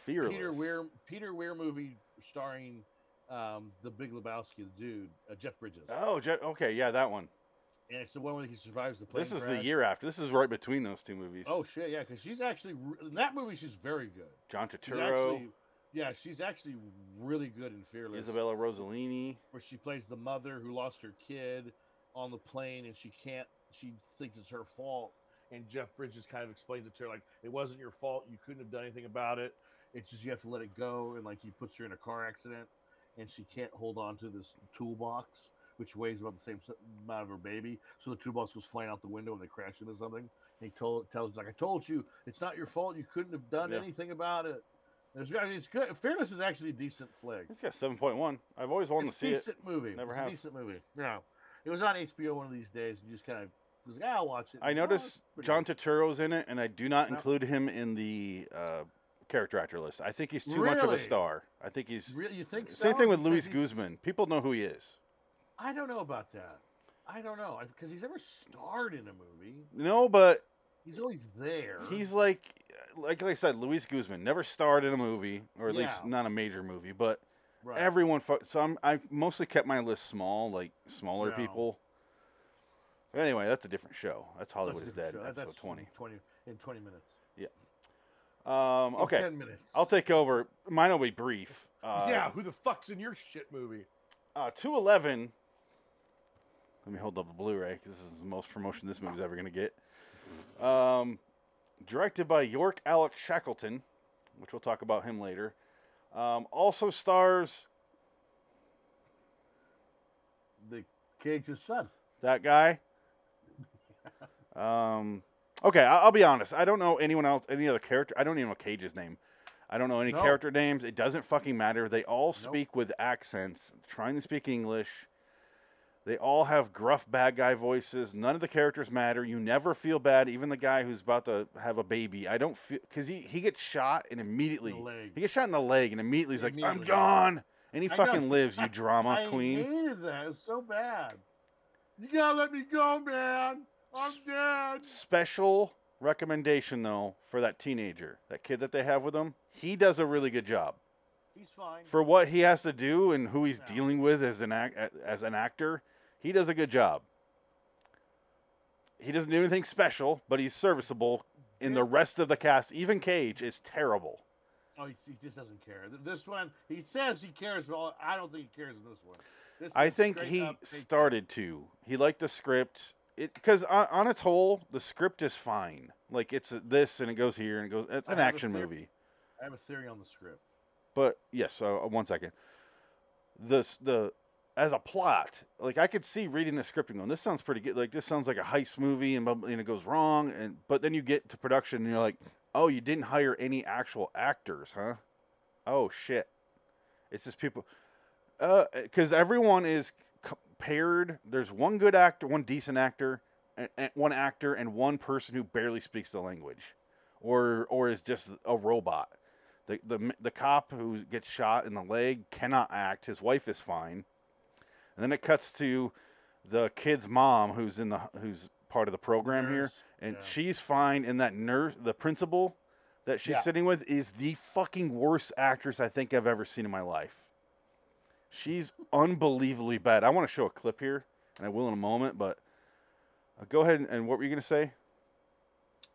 [SPEAKER 2] Fearless.
[SPEAKER 1] Peter Weir Peter Weir movie starring um, the Big Lebowski, the dude, uh, Jeff Bridges,
[SPEAKER 2] Oh, Je- okay, yeah, that one.
[SPEAKER 1] and it's the one where he survives the plane
[SPEAKER 2] this is the
[SPEAKER 1] crash.
[SPEAKER 2] year after. This is right between those two movies.
[SPEAKER 1] Oh shit, yeah, because she's actually re- in that movie. She's very good.
[SPEAKER 2] John
[SPEAKER 1] She's
[SPEAKER 2] Turturro,
[SPEAKER 1] actually, yeah, she's actually really good in Fearless,
[SPEAKER 2] Isabella Rossellini.
[SPEAKER 1] where she plays the mother who lost her kid on the plane, and she can't. She thinks it's her fault.
[SPEAKER 3] And Jeff Bridges kind of explained it to her like it wasn't your fault. You couldn't have done anything about it.
[SPEAKER 1] It's just you have to let it go, and like he puts her in a car accident, and she can't hold on to this toolbox, which weighs about the same s- amount of her baby. So the toolbox goes flying out the window, and they crash into something. And he told tells like I told you, it's not your fault. You couldn't have done
[SPEAKER 2] Yeah.
[SPEAKER 1] anything about it. There's, I mean, it's good. Fearless is actually a decent flick.
[SPEAKER 2] It's got seven point one. I've always wanted
[SPEAKER 1] It's
[SPEAKER 2] to see it.
[SPEAKER 1] decent movie.
[SPEAKER 2] Never
[SPEAKER 1] it's
[SPEAKER 2] have.
[SPEAKER 1] A decent movie. Yeah, it was on HBO one of these days, and you just kind of was like, "Ah, I'll watch it.
[SPEAKER 2] I
[SPEAKER 1] And, "Oh,
[SPEAKER 2] noticed
[SPEAKER 1] it's pretty
[SPEAKER 2] John
[SPEAKER 1] good."
[SPEAKER 2] Turturro's in it, and I do not
[SPEAKER 1] No.
[SPEAKER 2] include him in the uh, character actor list. I think he's too much of a
[SPEAKER 1] Really?
[SPEAKER 2] star. I think he's
[SPEAKER 1] Really, you think so?
[SPEAKER 2] same thing with
[SPEAKER 1] Because
[SPEAKER 2] Luis
[SPEAKER 1] he's-
[SPEAKER 2] Guzman. People know who he is.
[SPEAKER 1] I don't know about that. I don't know because he's never starred in a movie.
[SPEAKER 2] No, but
[SPEAKER 1] He's always there.
[SPEAKER 2] He's like, like, like I said, Luis Guzman never starred in a movie, or at least
[SPEAKER 1] Yeah.
[SPEAKER 2] not a major movie. But
[SPEAKER 1] right.
[SPEAKER 2] everyone, fu- so I'm, I mostly kept my list small, like smaller
[SPEAKER 1] No.
[SPEAKER 2] people. But anyway, that's a different show. That's
[SPEAKER 1] That's a
[SPEAKER 2] Hollywood is Dead,
[SPEAKER 1] different show. That-
[SPEAKER 2] episode
[SPEAKER 1] that's
[SPEAKER 2] twenty.
[SPEAKER 1] in Twenty in twenty minutes.
[SPEAKER 2] Um,
[SPEAKER 1] In
[SPEAKER 2] okay,
[SPEAKER 1] ten minutes.
[SPEAKER 2] I'll take over. Mine will be brief. Uh,
[SPEAKER 3] yeah, who the fuck's in your shit movie?
[SPEAKER 2] uh, two eleven. Let me hold up the Blu-ray because this is the most promotion this movie's ever gonna get. Um, directed by York Alex Shackleton, which we'll talk about him later. Um, also stars
[SPEAKER 1] the Cage's son.
[SPEAKER 2] that guy. Um, okay, I- I'll be honest. I don't know anyone else, any other character. I don't even know Cage's name. I don't know any
[SPEAKER 1] No.
[SPEAKER 2] character names. It doesn't fucking matter. They all
[SPEAKER 1] Nope.
[SPEAKER 2] speak with accents, trying to speak English. They all have gruff bad guy voices. None of the characters matter. You never feel bad. Even the guy who's about to have a baby. I don't feel because he, he gets shot and
[SPEAKER 1] The
[SPEAKER 2] immediately
[SPEAKER 1] leg.
[SPEAKER 2] he gets shot in the leg and immediately he's like, I'm
[SPEAKER 1] Immediately.
[SPEAKER 2] gone. And he
[SPEAKER 1] I know.
[SPEAKER 2] fucking lives, you drama
[SPEAKER 1] I
[SPEAKER 2] queen.
[SPEAKER 1] hated that. It's so bad. You gotta let me go, man. I'm
[SPEAKER 2] S-
[SPEAKER 1] dead.
[SPEAKER 2] Special recommendation though for that teenager, that kid that they have with them. He does a really good job
[SPEAKER 1] He's fine.
[SPEAKER 2] for what he has to do and who he's
[SPEAKER 1] Yeah.
[SPEAKER 2] dealing with as an act, as an actor. He does a good job. He doesn't do anything special, but he's serviceable. In the
[SPEAKER 1] Did-
[SPEAKER 2] rest of the cast, even Cage is terrible.
[SPEAKER 1] Oh, he, he just doesn't care. Th- This one, he says he cares, but I don't think he cares in this one. This
[SPEAKER 2] I
[SPEAKER 1] is
[SPEAKER 2] think
[SPEAKER 1] straight
[SPEAKER 2] he
[SPEAKER 1] up fake-
[SPEAKER 2] started to. He liked the script. it because on, on its whole the script is fine. Like it's this and it goes here and it goes. It's
[SPEAKER 1] I
[SPEAKER 2] an
[SPEAKER 1] have a
[SPEAKER 2] action
[SPEAKER 1] theory.
[SPEAKER 2] movie,
[SPEAKER 1] I have a theory on the script.
[SPEAKER 2] but yes. So uh, one second. This the as a plot, like I could see reading the script and going, "This sounds pretty good." Like this sounds like a heist movie, and blah, blah, and it goes wrong. And but then you get to production and you're like, "Oh, you didn't hire any actual actors, huh?" Oh shit, it's just people. Uh, because everyone is c- paired. There's one good actor, one decent actor, and, and one actor, and one person who barely speaks the language, or or is just a robot. The, the, m- the cop who gets shot in the leg cannot act. His wife is fine. And then it cuts to the kid's mom who's in the who's part of the program here
[SPEAKER 1] Nurse,
[SPEAKER 2] and
[SPEAKER 1] yeah.
[SPEAKER 2] she's fine and that nurse the principal that she's
[SPEAKER 3] Yeah.
[SPEAKER 2] sitting with is the fucking worst actress I think I've ever seen in my life. She's unbelievably bad. I want to show a clip here and I will in a moment, but uh, go ahead and, and what were you going to say?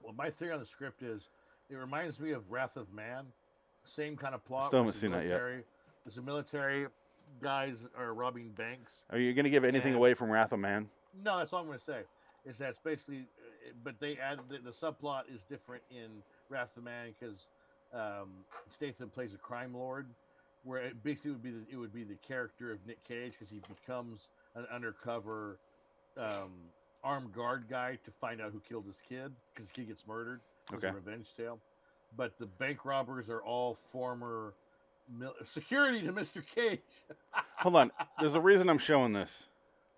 [SPEAKER 1] Well, my theory on the script is it reminds me of Wrath of Man, same kind of plot.
[SPEAKER 2] Still
[SPEAKER 1] where
[SPEAKER 2] haven't
[SPEAKER 1] it's a
[SPEAKER 2] seen that yet.
[SPEAKER 1] military- It's a military guys are robbing banks.
[SPEAKER 2] Are you going to give anything
[SPEAKER 1] Yeah.
[SPEAKER 2] away from Wrath of Man?
[SPEAKER 1] No, that's all I'm going to say. Is that it's basically, uh, it- but they add the, the subplot is different in Wrath of Man because um, Statham plays a crime lord, where it basically would be the, it would be the character of Nick Cage because he becomes an undercover um, armed guard guy to find out who killed his kid because the kid gets murdered. It was a
[SPEAKER 2] Okay.
[SPEAKER 1] revenge tale. But the bank robbers are all former mil- security to Mr. Cage.
[SPEAKER 2] Hold on. There's a reason I'm showing this.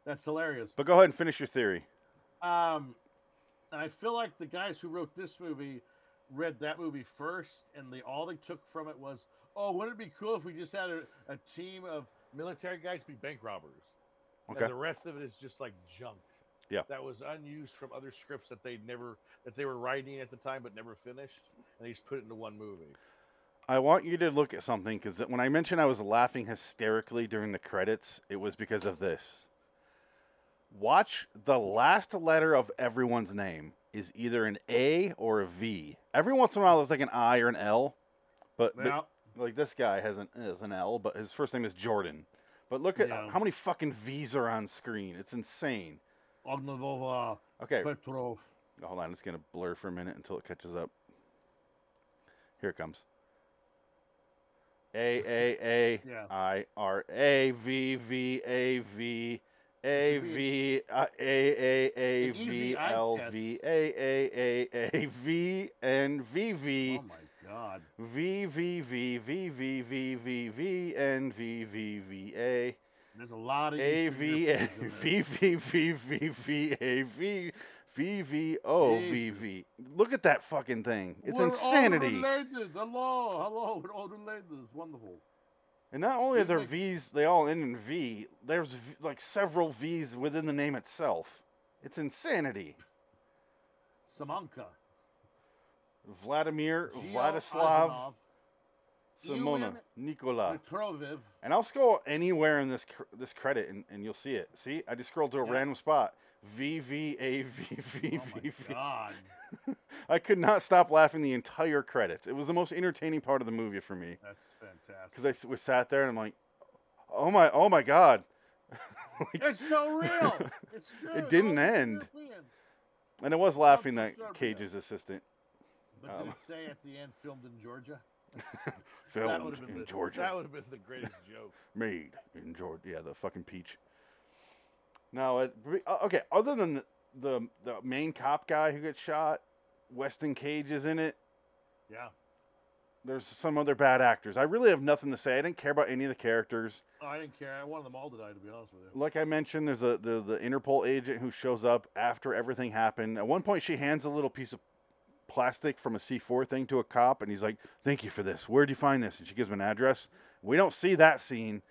[SPEAKER 1] That's hilarious.
[SPEAKER 2] But go ahead and finish your theory.
[SPEAKER 1] Um, and I feel like the guys who wrote this movie read that movie first, and they all they took from it was, "Oh, wouldn't it be cool if we just had a, a team of military guys be bank robbers?"
[SPEAKER 2] Okay.
[SPEAKER 3] And the rest of it is just like junk.
[SPEAKER 2] Yeah.
[SPEAKER 3] That was unused from other scripts that they never that they were writing at the time but never finished, and they just put it into one movie.
[SPEAKER 2] I want you to look at something because when I mentioned I was laughing hysterically during the credits, it was because of this. Watch the last letter of everyone's name is either an A or a V. Every once in a while, there's like an I or an L, but, but-
[SPEAKER 1] Now,
[SPEAKER 2] like this guy has an is an L, but his first name is Jordan. But look at
[SPEAKER 1] Yeah.
[SPEAKER 2] how many fucking V's are on screen. It's insane.
[SPEAKER 1] Ognadova
[SPEAKER 2] Okay,
[SPEAKER 1] Petrov.
[SPEAKER 2] hold on. It's gonna blur for a minute until it catches up. Here it comes. A A A.
[SPEAKER 1] Yeah,
[SPEAKER 2] I R A V V A V A V uh, A A A
[SPEAKER 1] An easy
[SPEAKER 2] V
[SPEAKER 1] eye
[SPEAKER 2] L
[SPEAKER 1] test.
[SPEAKER 2] V A A A A V N V V
[SPEAKER 1] oh my god.
[SPEAKER 2] V V V V V V V V N V V V A
[SPEAKER 1] There's a lot of
[SPEAKER 2] A
[SPEAKER 1] Eastern
[SPEAKER 2] V A
[SPEAKER 1] Europeans in there.
[SPEAKER 2] V V V V V A V V V O V
[SPEAKER 1] Jesus.
[SPEAKER 2] V. Look at that fucking thing. It's
[SPEAKER 1] We're all
[SPEAKER 2] insanity.
[SPEAKER 1] related. Hello, hello, we're all related. It's wonderful.
[SPEAKER 2] And not only are
[SPEAKER 1] It's
[SPEAKER 2] there
[SPEAKER 1] like-
[SPEAKER 2] V's, they all end in V. There's v- like several V's within the name itself. It's insanity.
[SPEAKER 1] Samanka,
[SPEAKER 2] Vladimir,
[SPEAKER 1] Gio
[SPEAKER 2] Vladislav, uh,
[SPEAKER 1] Ivanov,
[SPEAKER 2] Simona,
[SPEAKER 1] Iwan
[SPEAKER 2] Nikola.
[SPEAKER 1] Petroviv.
[SPEAKER 2] And I'll scroll anywhere in this cr- this credit, and, and you'll see it. See, I just scrolled to a
[SPEAKER 1] Yeah.
[SPEAKER 2] random spot. V V A V V
[SPEAKER 1] Oh
[SPEAKER 2] V
[SPEAKER 1] my
[SPEAKER 2] V.
[SPEAKER 1] god.
[SPEAKER 2] I could not stop laughing the entire credits. It was the most entertaining part of the movie for me
[SPEAKER 1] That's fantastic.
[SPEAKER 2] because I s- was sat there and I'm like, oh my, oh my god. Like-
[SPEAKER 1] It's so real. It's true. It's
[SPEAKER 2] didn't
[SPEAKER 1] all these
[SPEAKER 2] end.
[SPEAKER 1] Europeans.
[SPEAKER 2] And I was laughing
[SPEAKER 1] Something
[SPEAKER 2] that
[SPEAKER 1] Serbia.
[SPEAKER 2] Cage's assistant
[SPEAKER 1] But
[SPEAKER 2] Um.
[SPEAKER 1] did it say at the end filmed in Georgia?
[SPEAKER 3] That
[SPEAKER 2] filmed
[SPEAKER 3] would have been
[SPEAKER 2] in
[SPEAKER 3] the,
[SPEAKER 2] Georgia,
[SPEAKER 3] That would have been the greatest joke.
[SPEAKER 2] made in Georgia. Yeah, the fucking peach. No, it, re- uh, okay. Other than the, the the main cop guy who gets shot, Weston Cage is in it.
[SPEAKER 1] Yeah.
[SPEAKER 2] There's some other bad actors. I really have nothing to say. I didn't care about any of the characters.
[SPEAKER 1] Oh, I didn't care. I wanted them all to die, to be honest with you.
[SPEAKER 2] Like I mentioned, there's a the, the Interpol agent who shows up after everything happened. At one point, she hands a little piece of plastic from a C4 thing to a cop, and he's like, "Thank you for this. Where'd you find this?" And she gives him an address. We don't see that scene,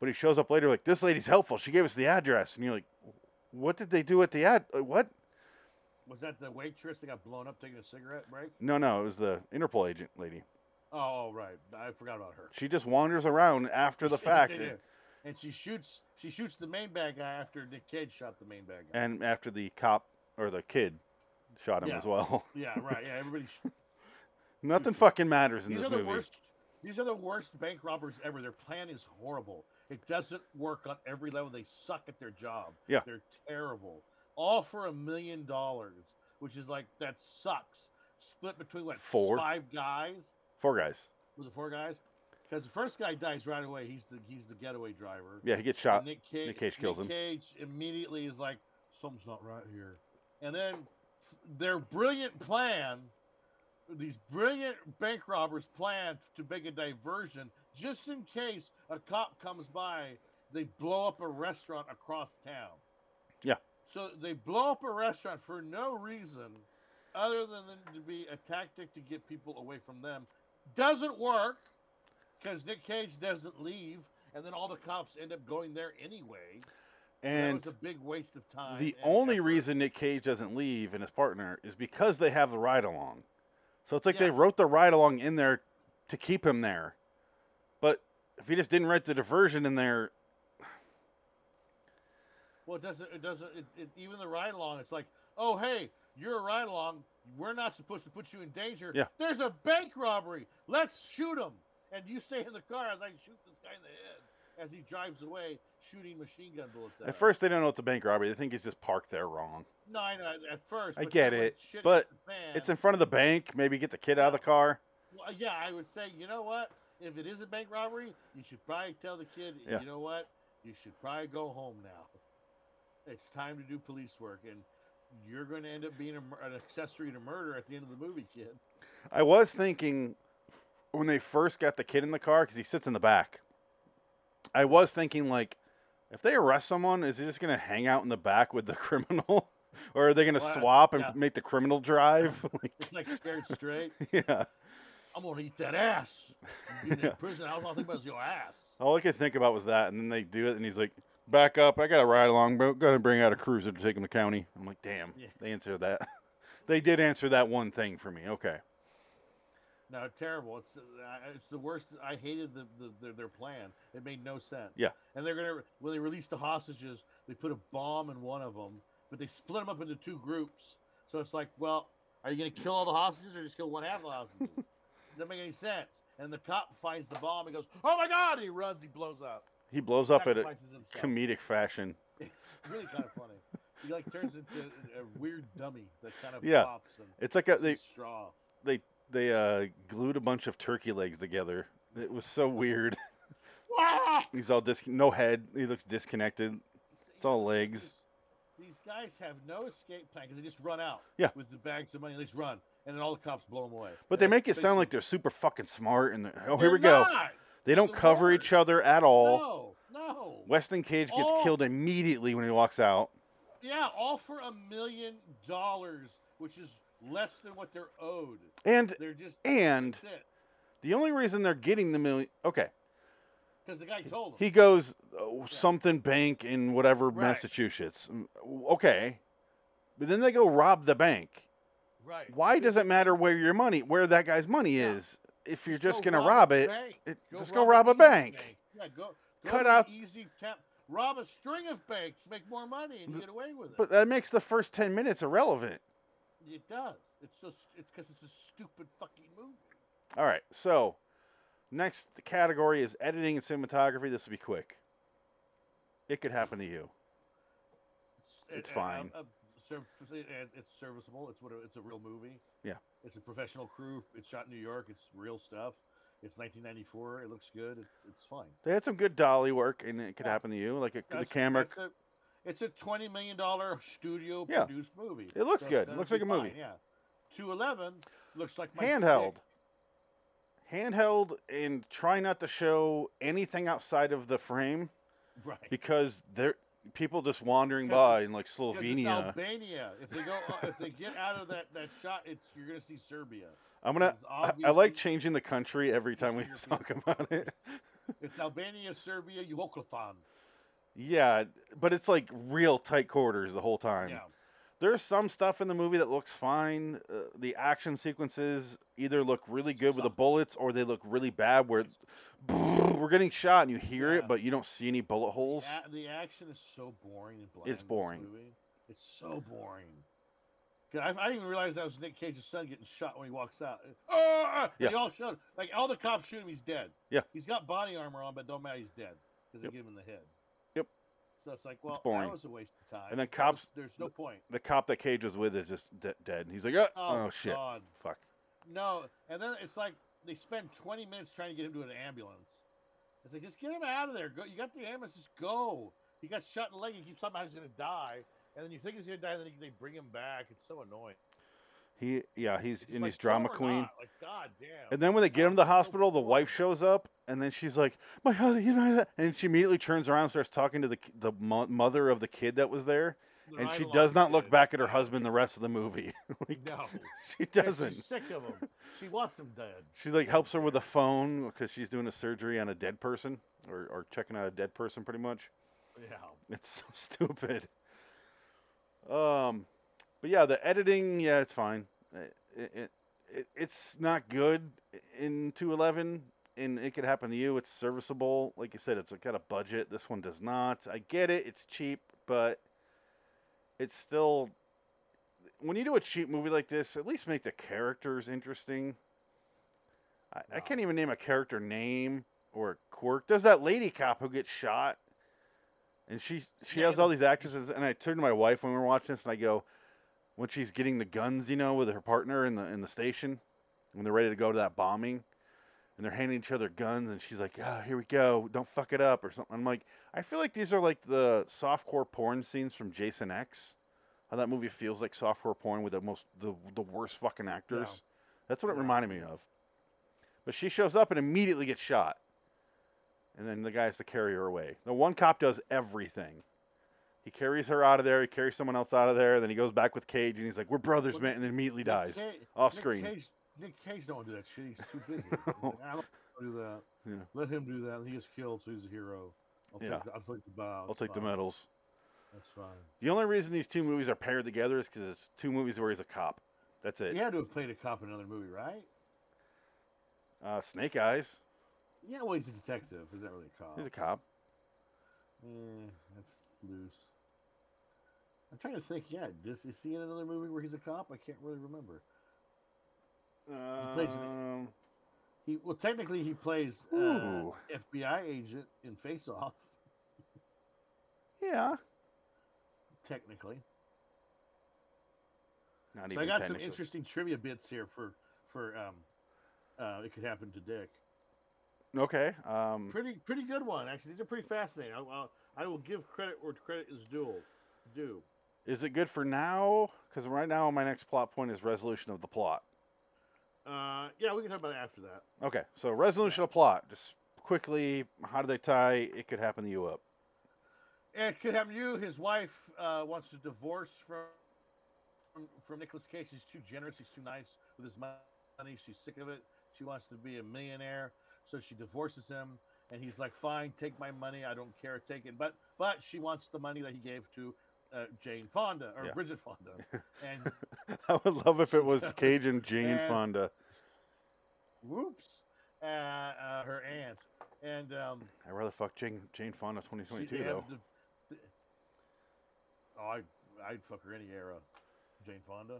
[SPEAKER 2] but he shows up later like, "This lady's helpful. She gave us the address." And you're like, "What did they do at the ad? uh, What?"
[SPEAKER 1] Was that the waitress that got blown up taking a cigarette break?
[SPEAKER 2] No, no, it was the Interpol agent lady.
[SPEAKER 1] Oh, right. I forgot about her.
[SPEAKER 2] She just wanders around after the
[SPEAKER 1] She-
[SPEAKER 2] fact,
[SPEAKER 1] yeah. And she shoots. She shoots the main bad guy after Nick Cage shot the main bad guy.
[SPEAKER 2] and after the cop or the kid shot him
[SPEAKER 1] Yeah.
[SPEAKER 2] as well.
[SPEAKER 1] yeah, right. Yeah, everybody. Sh-
[SPEAKER 2] Nothing fucking matters in
[SPEAKER 1] these
[SPEAKER 2] this
[SPEAKER 1] are the
[SPEAKER 2] movie.
[SPEAKER 1] worst. These are the worst bank robbers ever. Their plan is horrible. It doesn't work on every level. They suck at their job.
[SPEAKER 2] Yeah.
[SPEAKER 1] They're terrible. all for a million dollars, which is like that sucks. Split between what
[SPEAKER 2] Four.
[SPEAKER 1] five guys?
[SPEAKER 2] Four guys.
[SPEAKER 1] Was it four guys? Because the first guy dies right away. He's the he's the getaway driver.
[SPEAKER 2] Yeah, he gets
[SPEAKER 1] And
[SPEAKER 2] shot.
[SPEAKER 1] Nick Cage,
[SPEAKER 2] Nick Cage kills him.
[SPEAKER 1] Cage immediately is like, something's not right here. And then f- their brilliant plan, these brilliant bank robbers plan to make a diversion just in case a cop comes by. They blow up a restaurant across town.
[SPEAKER 2] Yeah.
[SPEAKER 1] So they blow up a restaurant for no reason other than to be a tactic to get people away from them. Doesn't work because Nick Cage doesn't leave, and then all the cops end up going there anyway. And
[SPEAKER 2] And
[SPEAKER 1] it's a big waste of time.
[SPEAKER 2] the
[SPEAKER 1] and
[SPEAKER 2] only
[SPEAKER 1] effort.
[SPEAKER 2] reason Nick Cage doesn't leave and his partner is because they have the ride along. So it's like they
[SPEAKER 1] Yes.
[SPEAKER 2] wrote the ride along in there to keep him there. But if he just didn't write the diversion in there,
[SPEAKER 1] well, it doesn't. It doesn't. It, it, even the ride along, it's like, oh hey, you're a ride along. We're not supposed to put you in danger.
[SPEAKER 2] Yeah.
[SPEAKER 1] There's a bank robbery. Let's shoot him. And you stay in the car as I shoot this guy in the head as he drives away, shooting machine gun bullets. At, him.
[SPEAKER 2] at first they don't know it's a bank robbery. They think he's just parked there wrong.
[SPEAKER 1] no, I know at first.
[SPEAKER 2] I
[SPEAKER 1] but
[SPEAKER 2] get
[SPEAKER 1] then when
[SPEAKER 2] it,
[SPEAKER 1] shit hits
[SPEAKER 2] but
[SPEAKER 1] the fan-
[SPEAKER 2] It's in front of the bank. Maybe get the kid out of the car.
[SPEAKER 1] Well, yeah, I would say, you know what? If it is a bank robbery, you should probably tell the kid,
[SPEAKER 2] Yeah.
[SPEAKER 1] you know what? You should probably go home now. It's time to do police work, and you're going to end up being a, mur- an accessory to murder at the end of the movie, kid.
[SPEAKER 2] I was thinking when they first got the kid in the car because he sits in the back. I was thinking like, if they arrest someone, is he just gonna hang out in the back with the criminal, or are they gonna
[SPEAKER 1] Well,
[SPEAKER 2] swap and
[SPEAKER 1] yeah.
[SPEAKER 2] make the criminal drive? like,
[SPEAKER 1] It's like scared straight.
[SPEAKER 2] yeah.
[SPEAKER 1] I'm going to eat that ass. Being
[SPEAKER 2] Yeah.
[SPEAKER 1] in prison, I was all thinking about was your ass.
[SPEAKER 2] All I could think about was that, and then they do it, and he's like, "Back up! I got to ride along. Bro, go ahead and bring out a cruiser to take him to county." I'm like, "Damn!"
[SPEAKER 1] Yeah.
[SPEAKER 2] They answered that. they did answer that one thing for me. Okay.
[SPEAKER 1] No, terrible. It's uh, it's the worst. I hated the, the their, their plan. It made no sense.
[SPEAKER 2] Yeah.
[SPEAKER 1] And they're gonna when they release the hostages, they put a bomb in one of them, but they split them up into two groups. So it's like, well, are you gonna kill all the hostages or just kill one half of the hostages? Doesn't make any sense. And the cop finds the bomb and goes, "Oh my god!" He runs. He blows up.
[SPEAKER 2] He blows up at a
[SPEAKER 1] sacrifices himself.
[SPEAKER 2] comedic fashion.
[SPEAKER 1] It's really kind of funny. He like turns into a weird dummy that kind of
[SPEAKER 2] Yeah.
[SPEAKER 1] pops and
[SPEAKER 2] It's like a, they
[SPEAKER 1] straw.
[SPEAKER 2] they they uh, glued a bunch of turkey legs together. It was so weird. He's all dis no head. He looks disconnected. It's all legs.
[SPEAKER 1] These guys have no escape plan because they just run out.
[SPEAKER 2] Yeah.
[SPEAKER 1] With the bags of money, they just run, and then all the cops blow them away.
[SPEAKER 2] But they make it sound like they're super fucking smart. And they're- oh, here we go. They don't
[SPEAKER 1] the
[SPEAKER 2] cover
[SPEAKER 1] worst.
[SPEAKER 2] each other at all.
[SPEAKER 1] No, no.
[SPEAKER 2] Weston Cage gets
[SPEAKER 1] Oh.
[SPEAKER 2] killed immediately when he walks out.
[SPEAKER 1] Yeah, all for a million dollars, which is less than what they're owed.
[SPEAKER 2] And
[SPEAKER 1] They're just
[SPEAKER 2] and
[SPEAKER 1] that's it
[SPEAKER 2] the only reason they're getting the million okay,
[SPEAKER 1] because the guy told them.
[SPEAKER 2] he goes oh, something bank in whatever
[SPEAKER 1] Right.
[SPEAKER 2] Massachusetts. Mm, Okay. But then they go rob the bank.
[SPEAKER 1] right.
[SPEAKER 2] Why does it matter where your money, where that guy's money
[SPEAKER 1] Yeah.
[SPEAKER 2] is if you're just
[SPEAKER 1] go
[SPEAKER 2] going to rob
[SPEAKER 1] a
[SPEAKER 2] it?
[SPEAKER 1] bank.
[SPEAKER 2] it- just go
[SPEAKER 1] an
[SPEAKER 2] rob a
[SPEAKER 1] easy
[SPEAKER 2] bank.
[SPEAKER 1] Yeah, go, go
[SPEAKER 2] Cut
[SPEAKER 1] to an
[SPEAKER 2] out-
[SPEAKER 1] easy tap. Rob a string of banks, make more money, and you get away with it.
[SPEAKER 2] But that makes the first 10 minutes irrelevant.
[SPEAKER 1] It does. It's so st- it's because it's a stupid fucking movie.
[SPEAKER 2] All right. So, next category is editing and cinematography. This will be quick. It could happen to you. It's
[SPEAKER 1] uh, uh,
[SPEAKER 2] fine.
[SPEAKER 1] uh, serv- uh, it's serviceable. It's what a, it's a real movie.
[SPEAKER 2] Yeah.
[SPEAKER 1] It's a professional crew. It's shot in New York. It's real stuff. It's 1994. It looks good. It's it's fine.
[SPEAKER 2] They had some good dolly work, and it could
[SPEAKER 1] Yeah.
[SPEAKER 2] happen to you. Like it, the
[SPEAKER 1] That's-
[SPEAKER 2] camera,
[SPEAKER 1] It's a, it's a 20 million dollar studio
[SPEAKER 2] Yeah.
[SPEAKER 1] produced movie.
[SPEAKER 2] It looks
[SPEAKER 1] it's
[SPEAKER 2] good. It
[SPEAKER 1] gonna
[SPEAKER 2] looks
[SPEAKER 1] be
[SPEAKER 2] like a movie.
[SPEAKER 1] fine, Yeah. 211 looks like my dick.
[SPEAKER 2] handheld, handheld, and try not to show anything outside of the frame
[SPEAKER 1] Right.
[SPEAKER 2] because there people just wandering
[SPEAKER 1] Because
[SPEAKER 2] by
[SPEAKER 1] it's-
[SPEAKER 2] in like
[SPEAKER 1] Because it's
[SPEAKER 2] Slovenia.
[SPEAKER 1] Albania. If they go, uh, if they get out of that, that shot, it's you're gonna see Serbia.
[SPEAKER 2] I'm gonna.
[SPEAKER 1] It's
[SPEAKER 2] I, I like
[SPEAKER 1] obviously-
[SPEAKER 2] changing the country every time we
[SPEAKER 1] Eastern
[SPEAKER 2] talk about it.
[SPEAKER 1] It's Albania, Serbia, Yugoslav.
[SPEAKER 2] Yeah, but it's like real tight quarters the whole time.
[SPEAKER 1] Yeah.
[SPEAKER 2] There's some stuff in the movie that looks fine. Uh, the action sequences either look really good with the
[SPEAKER 1] Suck.
[SPEAKER 2] bullets or they look really bad where it's, we're getting shot and you hear
[SPEAKER 1] Yeah.
[SPEAKER 2] it, but you don't see any bullet holes.
[SPEAKER 1] A- the action is so boring and bland. in this
[SPEAKER 2] boring.
[SPEAKER 1] movie. It's so boring. 'Cause I, I didn't even realize that was Nick Cage's son getting shot when he walks out. Oh,
[SPEAKER 2] Yeah.
[SPEAKER 1] they all shot. him. Like all the cops shoot him, he's dead.
[SPEAKER 2] Yeah.
[SPEAKER 1] he's got body armor on, but don't matter, he's dead because
[SPEAKER 2] Yep.
[SPEAKER 1] they get him in the head.
[SPEAKER 2] Yep.
[SPEAKER 1] So it's like, well,
[SPEAKER 2] boring.
[SPEAKER 1] that was a waste of time.
[SPEAKER 2] And then
[SPEAKER 1] That was-
[SPEAKER 2] cops-
[SPEAKER 1] there's no point.
[SPEAKER 2] The cop that Cage was with is just de- dead. And he's like, oh, oh, shit.
[SPEAKER 1] God.
[SPEAKER 2] Fuck.
[SPEAKER 1] No, and then it's like they spend 20 minutes trying to get him to an ambulance. It's like just get him out of there. Go, you got the ambulance. Just go. He got shot in the leg. He keeps talking about how he's gonna die, and then you think he's gonna die, and then he- they bring him back. It's so annoying.
[SPEAKER 2] He, yeah,
[SPEAKER 1] It's
[SPEAKER 2] he's
[SPEAKER 1] just
[SPEAKER 2] in
[SPEAKER 1] like,
[SPEAKER 2] his drama
[SPEAKER 1] kill him or
[SPEAKER 2] queen.
[SPEAKER 1] not. Like God damn.
[SPEAKER 2] And then when they get him to the
[SPEAKER 1] Oh,
[SPEAKER 2] hospital, the
[SPEAKER 1] fuck.
[SPEAKER 2] wife shows up, and then she's like, "My husband," he's my and she immediately turns around and starts talking to the ki- the mo- mother of the kid that was there,
[SPEAKER 1] The
[SPEAKER 2] and she
[SPEAKER 1] ride-along
[SPEAKER 2] does not look
[SPEAKER 1] kid.
[SPEAKER 2] back at her husband the rest of the movie. like,
[SPEAKER 3] No,
[SPEAKER 2] she
[SPEAKER 3] Yeah,
[SPEAKER 2] doesn't.
[SPEAKER 3] She's sick of him. She wants him dead.
[SPEAKER 2] She like helps her with a phone because she's doing a surgery on a dead person or, or checking out a dead person, pretty much.
[SPEAKER 3] Yeah.
[SPEAKER 2] It's so stupid. Um, but yeah, the editing, yeah, it's fine. It, it, it it's not good in two eleven, and it could happen to you. It's serviceable, like you said. It's got a budget. This one does not. I get it. It's cheap, but it's still. When you do a cheap movie like this, at least make the characters interesting. I, I
[SPEAKER 3] No.
[SPEAKER 2] can't even name a character name or quirk. There's that lady cop who gets shot, and she she
[SPEAKER 1] Yeah,
[SPEAKER 2] has
[SPEAKER 1] the-
[SPEAKER 2] all these actresses. And I turned to my wife when we were watching this, and I go, when she's getting the guns, you know, with her partner in the in the station, when they're ready to go to that bombing, and they're handing each other guns, and she's like, "Oh, here we go, don't fuck it up" or something. I'm like, I feel like these are like the softcore porn scenes from Jason X. How that movie feels like softcore porn with the most the the worst fucking actors. That's what it
[SPEAKER 3] Yeah.
[SPEAKER 2] reminded me of. But she shows up and immediately gets shot. And then the guy has to carry her away. The one cop does everything. He carries her out of there. He carries someone else out of there. Then he goes back with Cage and he's like, "We're brothers,
[SPEAKER 1] Well,
[SPEAKER 2] man!" And then immediately
[SPEAKER 1] Nick
[SPEAKER 2] dies.
[SPEAKER 1] Ca-
[SPEAKER 2] off
[SPEAKER 1] Nick
[SPEAKER 2] screen.
[SPEAKER 1] Cage, Nick Cage don't do that shit. He's too busy. I don't do that.
[SPEAKER 2] Yeah.
[SPEAKER 1] Let him do that. He gets killed, so he's a hero. I'll
[SPEAKER 2] Yeah.
[SPEAKER 1] take the, I'll take the bow.
[SPEAKER 2] I'll
[SPEAKER 1] It's
[SPEAKER 2] take the
[SPEAKER 1] fine.
[SPEAKER 2] medals.
[SPEAKER 1] That's fine.
[SPEAKER 2] The only reason these two movies are paired together is because it's two movies where he's a cop. That's it.
[SPEAKER 1] He had to have played a cop in another movie, right?
[SPEAKER 2] Uh, Snake Eyes.
[SPEAKER 1] Yeah, well, he's a detective. He's not really a cop.
[SPEAKER 2] He's a cop.
[SPEAKER 1] Eh, that's loose. I'm trying to think. Yeah, this is he in another movie where he's a cop? I can't really remember. plays an-
[SPEAKER 2] Um,
[SPEAKER 1] He well, technically he plays uh,
[SPEAKER 2] Ooh.
[SPEAKER 1] FBI agent in Face Off.
[SPEAKER 2] yeah.
[SPEAKER 1] Technically,
[SPEAKER 2] Not
[SPEAKER 1] so I
[SPEAKER 2] even
[SPEAKER 1] got some
[SPEAKER 2] technically.
[SPEAKER 1] interesting trivia bits here for for um, uh, it could happen to Dick.
[SPEAKER 2] Okay. Um,
[SPEAKER 1] Pretty pretty good one actually. These are pretty fascinating. I'll, I'll, I will give credit where credit is due. Due.
[SPEAKER 2] is it good for now? Because right now my next plot point is resolution of the plot.
[SPEAKER 1] Uh, yeah, we can talk about it after that.
[SPEAKER 2] Okay. So resolution of plot. Just quickly, how do they tie? It could happen to you up.
[SPEAKER 1] It could happen to you. His wife uh, wants to divorce from from, from Nicholas Cage. He's too generous. He's too nice with his money. She's sick of it. She wants to be a millionaire, so she divorces him. And he's like, "Fine, take my money. I don't care. Take it." But but she wants the money that he gave to uh, Jane Fonda or
[SPEAKER 2] Yeah.
[SPEAKER 1] Bridget Fonda. And
[SPEAKER 2] I would love if it was
[SPEAKER 1] That was
[SPEAKER 2] Cage and Jane
[SPEAKER 1] bad.
[SPEAKER 2] Fonda.
[SPEAKER 1] whoops, uh, uh, her aunt. And um,
[SPEAKER 2] I'd rather fuck Jane, Jane Fonda 2022
[SPEAKER 1] they have
[SPEAKER 2] though.
[SPEAKER 1] the- the- oh, I, I'd fuck her any era. Jane Fonda.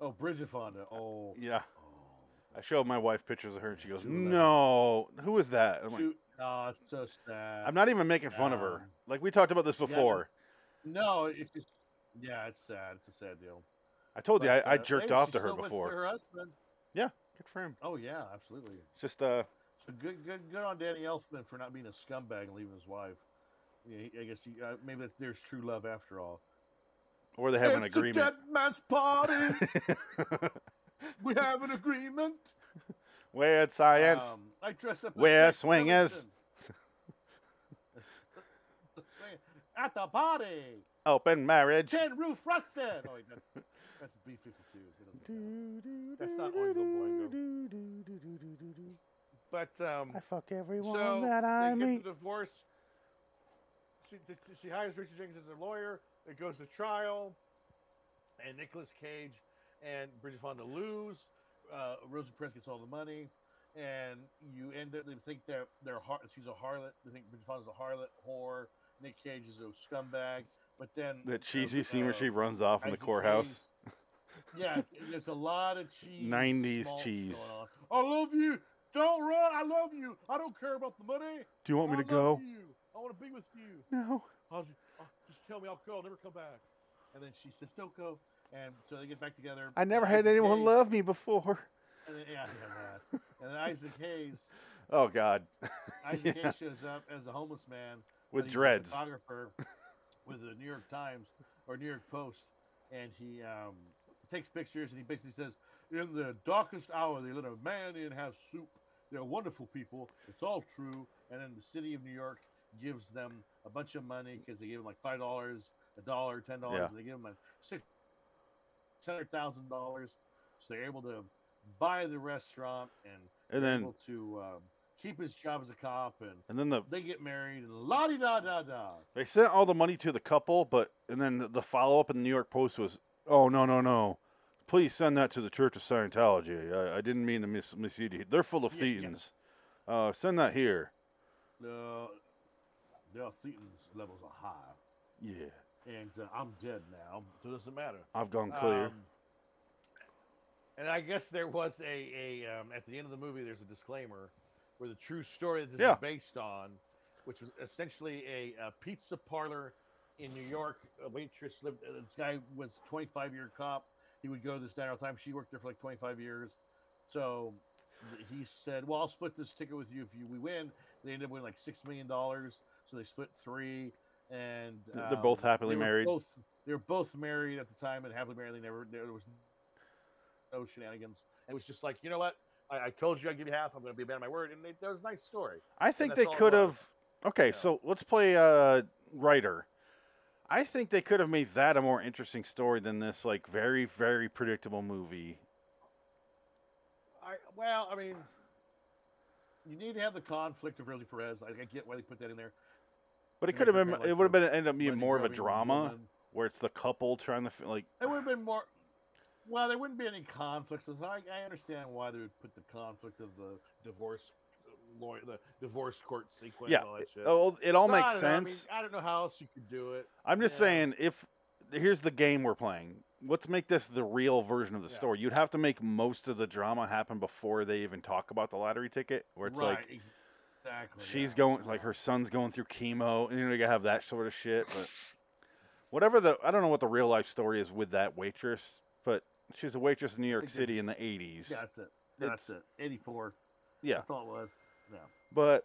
[SPEAKER 1] Oh, Bridget Fonda. Oh.
[SPEAKER 2] Yeah.
[SPEAKER 1] oh.
[SPEAKER 2] I showed my wife pictures of her and she goes,
[SPEAKER 1] Two eleven.
[SPEAKER 2] "No, who is that?" I'm, like,
[SPEAKER 1] Two- oh, it's so sad.
[SPEAKER 2] I'm not even making fun of her.
[SPEAKER 1] Um,
[SPEAKER 2] Like we talked about this
[SPEAKER 1] she got-
[SPEAKER 2] before.
[SPEAKER 1] No, it's just. Yeah, it's sad. It's a sad deal.
[SPEAKER 2] I told you
[SPEAKER 1] But,
[SPEAKER 2] I, I
[SPEAKER 1] uh,
[SPEAKER 2] jerked
[SPEAKER 1] hey,
[SPEAKER 2] off
[SPEAKER 1] she's
[SPEAKER 2] to her
[SPEAKER 1] still with
[SPEAKER 2] before.
[SPEAKER 1] Her husband.
[SPEAKER 2] Good for him.
[SPEAKER 1] Oh yeah, absolutely.
[SPEAKER 2] It's Just uh,
[SPEAKER 1] So good, good, good on Danny Elfman for not being a scumbag and leaving his wife. Yeah, he- I guess he, uh, maybe that there's true love after all.
[SPEAKER 2] or they have an
[SPEAKER 1] It's a
[SPEAKER 2] agreement.
[SPEAKER 1] dead man's party. we have an agreement.
[SPEAKER 2] Weird science.
[SPEAKER 1] Um, I dress up. as
[SPEAKER 2] We're
[SPEAKER 1] Jack
[SPEAKER 2] swingers.
[SPEAKER 1] Skellington. At the party,
[SPEAKER 2] Open marriage.
[SPEAKER 1] tin roof rusted. Oh, wait, that's, that's B fifty two. That's not Oingo
[SPEAKER 2] Boingo.
[SPEAKER 3] But
[SPEAKER 1] uh,
[SPEAKER 3] um,
[SPEAKER 2] I fuck everyone
[SPEAKER 3] so
[SPEAKER 2] that I
[SPEAKER 3] they
[SPEAKER 2] meet.
[SPEAKER 3] get the divorce. She, th- th- she hires Richard Jenkins as their lawyer. It goes to trial, and Nicolas Cage and Bridget Fonda lose.
[SPEAKER 1] Uh, Rosie Perez gets all the money, and you end up. They think that they're har- she's a harlot. They think Bridget Fonda's a harlot, whore. Nick Cage is a scumbag. But then uh,
[SPEAKER 2] That cheesy scene where
[SPEAKER 1] uh,
[SPEAKER 2] she runs off in the
[SPEAKER 1] Isaac
[SPEAKER 2] corehouse.
[SPEAKER 1] Hayes. Yeah, there's a lot of cheese.
[SPEAKER 2] 90s
[SPEAKER 1] small
[SPEAKER 2] cheese.
[SPEAKER 1] stuff. I love you. Don't run. I love you. I don't care about the money.
[SPEAKER 2] Do you want me
[SPEAKER 1] I
[SPEAKER 2] to
[SPEAKER 1] love
[SPEAKER 2] go?
[SPEAKER 1] You. I I want to be with you.
[SPEAKER 2] No.
[SPEAKER 1] I'll just, just tell me I'll go. I'll never come back. And then she says, don't go. And so they get back together.
[SPEAKER 2] I never
[SPEAKER 1] and
[SPEAKER 2] had
[SPEAKER 1] Isaac
[SPEAKER 2] anyone
[SPEAKER 1] Hayes-
[SPEAKER 2] love me before.
[SPEAKER 1] And then, yeah, yeah, man. And then Isaac Hayes,
[SPEAKER 2] Oh God,
[SPEAKER 1] Isaac
[SPEAKER 2] Yeah.
[SPEAKER 1] Hayes shows up as a homeless man but
[SPEAKER 2] with
[SPEAKER 1] he's a
[SPEAKER 2] dreads.
[SPEAKER 1] photographer with the New York Times or New York Post, and he um, takes pictures and he basically says, "In the darkest hour, they let a man in have soup. They're wonderful people. It's all true." And then the city of New York gives them a bunch of money because they give them like five dollars, a dollar, ten dollars,
[SPEAKER 2] Yeah.
[SPEAKER 1] and they give them like six hundred thousand dollars, so they're able to buy the restaurant and,
[SPEAKER 2] And
[SPEAKER 1] they're
[SPEAKER 2] then,
[SPEAKER 1] able to um, keep his job as a cop and.
[SPEAKER 2] and then the
[SPEAKER 1] They get married and la di da da da.
[SPEAKER 2] they sent all the money to the couple, but and then the- the follow up in the New York Post was, oh no no no, please send that to the Church of Scientology. I, I didn't mean to mis- mislead you. They're full of
[SPEAKER 1] Yeah, yeah.
[SPEAKER 2] thetans. Uh, send that here.
[SPEAKER 1] Uh, their Thetan's levels are high,
[SPEAKER 2] Yeah,
[SPEAKER 1] and uh, I'm dead now, so it doesn't matter.
[SPEAKER 2] I've gone clear.
[SPEAKER 3] Um, and I guess there was a, a um, at the end of the movie, there's a disclaimer where the true story that this
[SPEAKER 2] Yeah.
[SPEAKER 3] is based on, which was essentially a, uh pizza parlor in New York. A waitress lived.
[SPEAKER 1] Uh, This guy was 25 year cop. He would go to this diner all the time. She worked there for like 25 years, so th- he said, "Well, I'll split this ticket with you if you we win." They ended up winning like six million dollars, so they split three. And
[SPEAKER 2] They're both happily
[SPEAKER 1] they um, were
[SPEAKER 2] married.
[SPEAKER 1] Both they were both married at the time, and happily married. They never there was no shenanigans.
[SPEAKER 3] It was just like, you know what? I, I told you I'd give you half. I'm going to be a man of my word. And it, that was a nice story.
[SPEAKER 2] I think
[SPEAKER 3] that's
[SPEAKER 2] they
[SPEAKER 3] all it
[SPEAKER 2] could
[SPEAKER 3] was.
[SPEAKER 2] have. Okay,
[SPEAKER 3] Yeah.
[SPEAKER 2] so let's play uh, writer. I think they could have made that a more interesting story than this, like very very predictable movie.
[SPEAKER 3] I well, I mean,
[SPEAKER 1] You need to have the conflict of Rosie Perez. I, I get why they put that in there.
[SPEAKER 2] But it
[SPEAKER 1] Yeah,
[SPEAKER 2] could have been.
[SPEAKER 1] kinda like
[SPEAKER 2] it would have
[SPEAKER 1] the
[SPEAKER 2] been ended up being
[SPEAKER 1] Money
[SPEAKER 2] more of a
[SPEAKER 1] grubbing
[SPEAKER 2] drama
[SPEAKER 1] woman.
[SPEAKER 2] where it's the couple trying to fi- like.
[SPEAKER 1] It would have been more. Well, there wouldn't be any conflicts. So I, I understand why they would put the conflict of the divorce,
[SPEAKER 3] lawyer, the divorce court sequence,
[SPEAKER 2] Yeah,
[SPEAKER 3] all that shit.
[SPEAKER 2] Oh, it all
[SPEAKER 3] So I
[SPEAKER 2] makes
[SPEAKER 3] don't know, I mean,
[SPEAKER 2] sense.
[SPEAKER 3] I don't know how else you could do it.
[SPEAKER 2] I am just
[SPEAKER 3] yeah.
[SPEAKER 2] saying, if here's the game we're playing, let's make this the real version of the
[SPEAKER 3] Yeah.
[SPEAKER 2] story. You'd have to make most of the drama happen before they even talk about the lottery ticket, where it's like
[SPEAKER 1] ex- exactly.
[SPEAKER 2] she's
[SPEAKER 1] yeah.
[SPEAKER 2] going like her son's going through chemo and you know you gotta have that sort of shit but whatever the i don't know what the real life story is with that waitress but she's a waitress in new york
[SPEAKER 1] It didn't-
[SPEAKER 2] city in the 80s
[SPEAKER 1] Yeah, that's it. That's it. Eighty four.
[SPEAKER 2] Yeah.
[SPEAKER 1] That's all it was. No.
[SPEAKER 2] but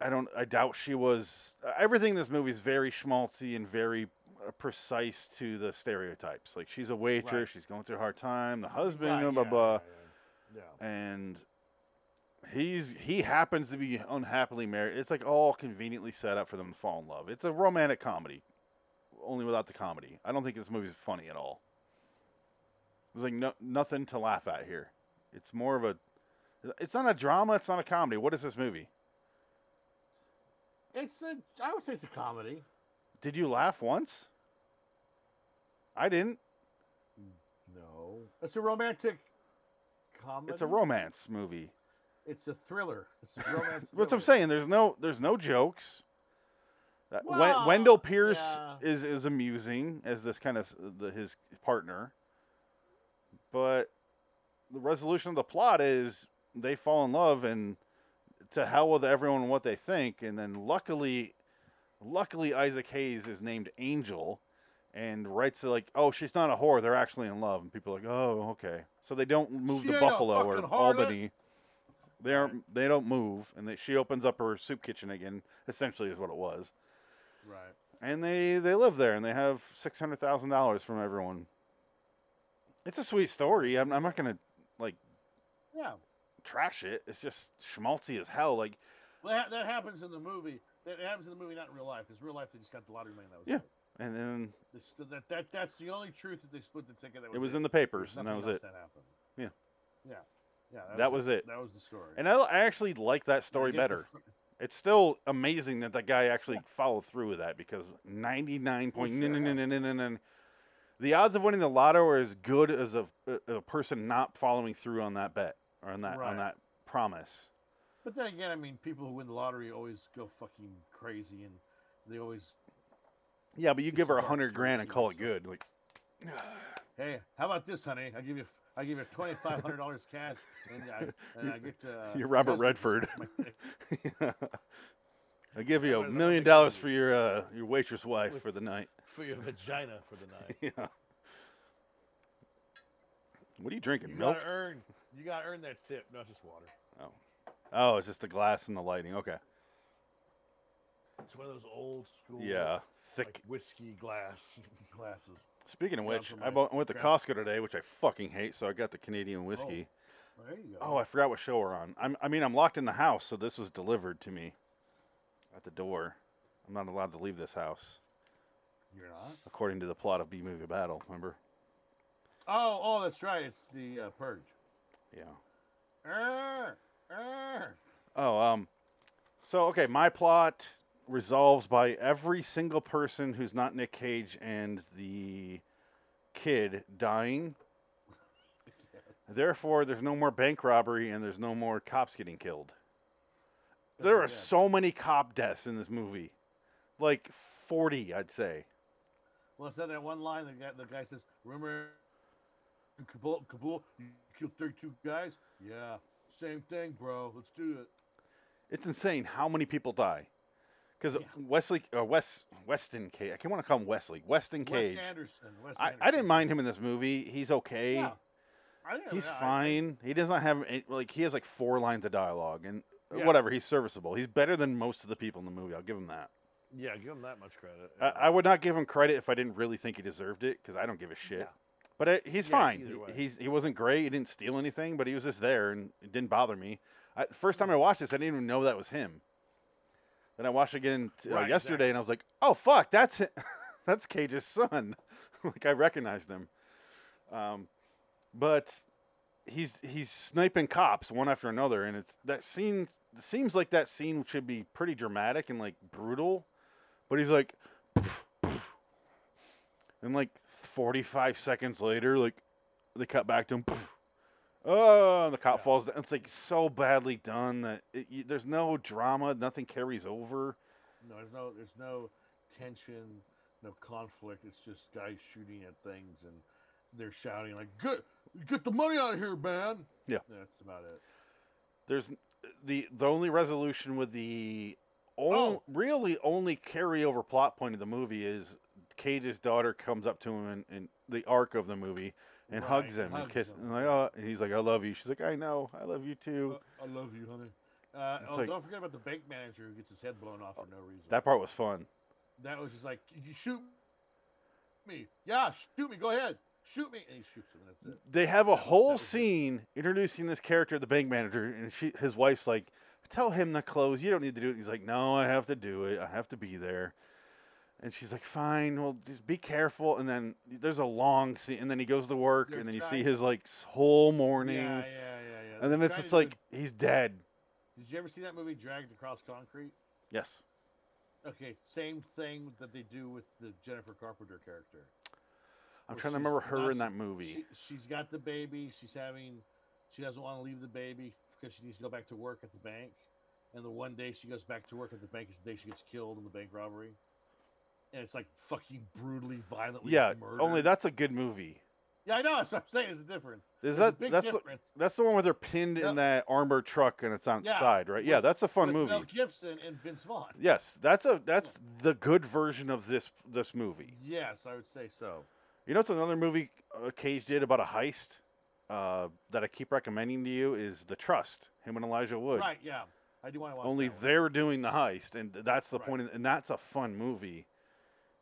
[SPEAKER 2] i don't i doubt she was everything in this movie is very schmaltzy and very uh, precise to the stereotypes like she's a waitress she's going through a hard time the husband
[SPEAKER 1] Right,
[SPEAKER 2] blah blah
[SPEAKER 1] yeah,
[SPEAKER 2] blah
[SPEAKER 1] Yeah.
[SPEAKER 2] and he's he happens to be unhappily married. It's like all conveniently set up for them to fall in love. It's a romantic comedy, only without the comedy. I don't think this movie's funny at all. There's like no nothing to laugh at here. It's more of a, it's not a drama. It's not a comedy. What is this movie?
[SPEAKER 1] It's a. I would say it's a comedy.
[SPEAKER 2] Did you laugh once? I didn't.
[SPEAKER 1] No. It's a romantic comedy.
[SPEAKER 2] It's a romance movie.
[SPEAKER 1] It's a thriller. It's a romance.
[SPEAKER 2] That's what I'm
[SPEAKER 1] thriller.
[SPEAKER 2] saying. There's no there's no jokes. Uh, Wen-
[SPEAKER 1] Well,
[SPEAKER 2] Wendell Pierce
[SPEAKER 1] yeah.
[SPEAKER 2] is is amusing as this kind of s- the, his partner, but the resolution of the plot is they fall in love and to hell with everyone and what they think, and then luckily, luckily Isaac Hayes is named Angel, and writes it like, oh, she's not a whore. They're actually in love, and people are like, oh, okay. So they don't move
[SPEAKER 1] She
[SPEAKER 2] to
[SPEAKER 1] ain't a
[SPEAKER 2] Buffalo or
[SPEAKER 1] fucking harlot.
[SPEAKER 2] Albany. They aren't. They don't move, and they, she opens up her soup kitchen again. Essentially, is what it was.
[SPEAKER 1] Right.
[SPEAKER 2] And they they live there, and they have six hundred thousand dollars from everyone. It's a sweet story. I'm, I'm not gonna
[SPEAKER 1] Yeah.
[SPEAKER 2] trash it. It's just schmaltzy as hell. Like,
[SPEAKER 1] Well, that, that happens in the movie. That happens in the movie, not in real life. Because real life, they just got the lottery money. That was
[SPEAKER 2] Yeah.
[SPEAKER 1] it.
[SPEAKER 2] and then
[SPEAKER 1] This, that, that that's the only truth that they split the ticket. That was
[SPEAKER 2] it was
[SPEAKER 1] it.
[SPEAKER 2] in the
[SPEAKER 1] There
[SPEAKER 2] papers, and that
[SPEAKER 1] nothing
[SPEAKER 2] was
[SPEAKER 1] else
[SPEAKER 2] it.
[SPEAKER 1] That happened.
[SPEAKER 2] Yeah.
[SPEAKER 1] Yeah. Yeah.
[SPEAKER 2] That was it.
[SPEAKER 1] That was the story.
[SPEAKER 2] And I, I actually like that
[SPEAKER 1] I
[SPEAKER 2] story
[SPEAKER 1] guess the
[SPEAKER 2] better.
[SPEAKER 1] fir-
[SPEAKER 2] It's still amazing that that guy actually followed through with that because 99 point
[SPEAKER 1] sure.
[SPEAKER 2] the odds of winning the lotto are as good as a, a a person not following through on that bet or on that
[SPEAKER 1] Right.
[SPEAKER 2] on that promise.
[SPEAKER 1] But then again, I mean, people who win the lottery always go fucking crazy, and they always,
[SPEAKER 2] Yeah, but you
[SPEAKER 1] It's
[SPEAKER 2] give her
[SPEAKER 1] a
[SPEAKER 2] a
[SPEAKER 1] dark
[SPEAKER 2] hundred
[SPEAKER 1] story,
[SPEAKER 2] grand and
[SPEAKER 1] you
[SPEAKER 2] call
[SPEAKER 1] know,
[SPEAKER 2] it
[SPEAKER 1] so-
[SPEAKER 2] good. Like,
[SPEAKER 1] hey, how about this, honey? I give you, I give you twenty five hundred dollars cash, and I, and I get to. Uh,
[SPEAKER 2] You're Robert
[SPEAKER 1] Desmond to
[SPEAKER 2] Redford.
[SPEAKER 1] suck my dick."
[SPEAKER 2] I'll give you
[SPEAKER 3] What
[SPEAKER 2] a
[SPEAKER 3] is that?
[SPEAKER 2] million dollars for your uh, your waitress wife for the night.
[SPEAKER 3] for your vagina for the night.
[SPEAKER 2] yeah. What are you drinking?
[SPEAKER 3] You
[SPEAKER 2] Milk?
[SPEAKER 3] gotta earn. You gotta earn that tip. No, it's just water.
[SPEAKER 2] Oh. Oh, it's just the glass and the lighting. Okay.
[SPEAKER 3] It's one of those old school.
[SPEAKER 2] Yeah. Thick.
[SPEAKER 3] Like whiskey glass glasses.
[SPEAKER 2] Speaking of
[SPEAKER 3] Grab
[SPEAKER 2] which,
[SPEAKER 3] for
[SPEAKER 2] I
[SPEAKER 3] my-
[SPEAKER 2] bought, went to
[SPEAKER 3] grab-
[SPEAKER 2] Costco today, which I fucking hate, so I got the
[SPEAKER 3] Oh,
[SPEAKER 2] Canadian whiskey.
[SPEAKER 1] There you go.
[SPEAKER 2] Oh, I forgot what show we're on. I'm, I mean, I'm locked in the house, so this was delivered to me at the door. I'm not allowed to leave this house,
[SPEAKER 1] you're not.
[SPEAKER 2] according to the plot of B Movie Battle, remember?
[SPEAKER 1] Oh, oh, that's right. It's the uh, purge.
[SPEAKER 2] Yeah.
[SPEAKER 1] Err, err.
[SPEAKER 2] Oh, um, so okay, my plot resolves by every single person who's not Nick Cage and the kid dying. Therefore, there's no more bank robbery and there's no more cops getting killed. There are
[SPEAKER 1] Oh, yeah.
[SPEAKER 2] so many cop deaths in this movie, like forty, I'd say.
[SPEAKER 1] Well, it's not that one line. The guy, the guy says, "Remember, in Kabul, Kabul, you killed thirty-two guys. Yeah, same thing, bro. Let's do it."
[SPEAKER 2] It's insane how many people die. Because
[SPEAKER 1] Yeah.
[SPEAKER 2] Wesley, uh, Wes, Weston Cage, I can't want to call him Wesley, Weston Cage.
[SPEAKER 1] Wes Anderson. Wes
[SPEAKER 2] I, I didn't mind him in this movie. He's okay.
[SPEAKER 1] Yeah. I didn't-
[SPEAKER 2] He's
[SPEAKER 1] I- I-
[SPEAKER 2] fine. He doesn't have any- like he has like four lines of dialogue and uh,
[SPEAKER 3] Yeah.
[SPEAKER 2] whatever. He's serviceable. He's better than most of the people in the movie. I'll give him that.
[SPEAKER 3] Yeah, give him that much credit.
[SPEAKER 2] I, I would not give him credit if I didn't really think he deserved it because I don't give a shit.
[SPEAKER 3] Yeah.
[SPEAKER 2] But it, he's
[SPEAKER 3] Yeah,
[SPEAKER 2] fine.
[SPEAKER 3] either
[SPEAKER 2] He-
[SPEAKER 3] way.
[SPEAKER 2] He's he wasn't great. He didn't steal anything, but he was just there and it didn't bother me. I, the first time I watched this, I didn't even know that was him. Then I watched it again t- uh,
[SPEAKER 3] Right,
[SPEAKER 2] yesterday, and I was like, "Oh fuck, that's hi- that's Cage's son." like I recognized him. Um, but he's he's sniping cops one after another, and it's that scene seems like that scene should be pretty dramatic and like brutal, but he's like, and like forty five seconds later, like they cut back to him. Oh, and the cop
[SPEAKER 3] Yeah.
[SPEAKER 2] falls down. It's like so badly done that it, you, there's no drama. Nothing carries over.
[SPEAKER 1] No, there's no, there's no tension, no conflict. It's just guys shooting at things and they're shouting like, "Get, get the money out of here, man!"
[SPEAKER 2] Yeah.
[SPEAKER 1] that's about it.
[SPEAKER 2] There's n- the the only resolution with the only,
[SPEAKER 1] Oh.
[SPEAKER 2] really only carryover plot point of the movie is Cage's daughter comes up to him in, in the arc of the movie and
[SPEAKER 1] Right,
[SPEAKER 2] hugs him and
[SPEAKER 1] hugs
[SPEAKER 2] kisses
[SPEAKER 1] him,
[SPEAKER 2] him. And, like,
[SPEAKER 1] right.
[SPEAKER 2] oh, and he's like, I love you. She's like, I know, I love you too.
[SPEAKER 1] Uh, I love you, honey. Uh,
[SPEAKER 2] It's
[SPEAKER 1] oh,
[SPEAKER 2] like-
[SPEAKER 1] don't forget about the bank manager who gets his head blown off for no reason.
[SPEAKER 2] that part was fun.
[SPEAKER 1] that was just like, "You shoot me, yeah, shoot me, go ahead, shoot me," and he shoots him. And that's it.
[SPEAKER 2] They have
[SPEAKER 1] That
[SPEAKER 2] a
[SPEAKER 1] was- that
[SPEAKER 2] whole
[SPEAKER 1] was it.
[SPEAKER 2] scene introducing this character, the bank manager, and she, his wife's like, "Tell him to close. You don't need to do it." He's like, "No, I have to do it. I have to be there." And she's like, "Fine. Well, just be careful." And then there's a long scene, and then he goes to work,
[SPEAKER 1] They're
[SPEAKER 2] and then you see
[SPEAKER 1] trying-
[SPEAKER 2] his like s- whole morning,
[SPEAKER 1] Yeah, yeah, yeah, yeah.
[SPEAKER 2] and then
[SPEAKER 1] They're
[SPEAKER 2] it's
[SPEAKER 1] trying to
[SPEAKER 2] just
[SPEAKER 1] do
[SPEAKER 2] like he's dead.
[SPEAKER 1] a- did you ever see that movie Dragged Across Concrete?
[SPEAKER 2] Yes.
[SPEAKER 1] Okay, same thing that they do with the Jennifer Carpenter character.
[SPEAKER 2] I'm
[SPEAKER 1] Well,
[SPEAKER 2] trying to
[SPEAKER 1] she's
[SPEAKER 2] remember her
[SPEAKER 1] nuts.
[SPEAKER 2] in that movie.
[SPEAKER 1] She, she's got the baby. She's having. She doesn't want to leave the baby because she needs to go back to work at the bank. And the one day she goes back to work at the bank is the day she gets killed in the bank robbery. And it's like fucking brutally, violently.
[SPEAKER 2] yeah.
[SPEAKER 1] murdered.
[SPEAKER 2] Only that's a good movie.
[SPEAKER 1] Yeah, I know. That's what I'm saying. It's a difference.
[SPEAKER 2] Is
[SPEAKER 1] There's a
[SPEAKER 2] that
[SPEAKER 1] big
[SPEAKER 2] that's the,
[SPEAKER 1] difference?
[SPEAKER 2] that's the one where they're pinned
[SPEAKER 1] No.
[SPEAKER 2] in that armored truck and it's on its
[SPEAKER 1] Yeah,
[SPEAKER 2] side, right? Yeah,
[SPEAKER 1] with-
[SPEAKER 2] that's a fun
[SPEAKER 1] With
[SPEAKER 2] movie.
[SPEAKER 1] Mel Gibson and Vince Vaughn.
[SPEAKER 2] Yes, that's a that's the good version of this this movie.
[SPEAKER 1] Yes, I would say so.
[SPEAKER 2] You know, it's another movie uh, Cage did about a heist uh, that I keep recommending to you is The Trust. Him and Elijah Wood.
[SPEAKER 1] Right? Yeah, I do want to watch.
[SPEAKER 2] Only
[SPEAKER 1] that one.
[SPEAKER 2] they're doing the heist, and th- that's the
[SPEAKER 1] Right.
[SPEAKER 2] point. And that's a fun movie,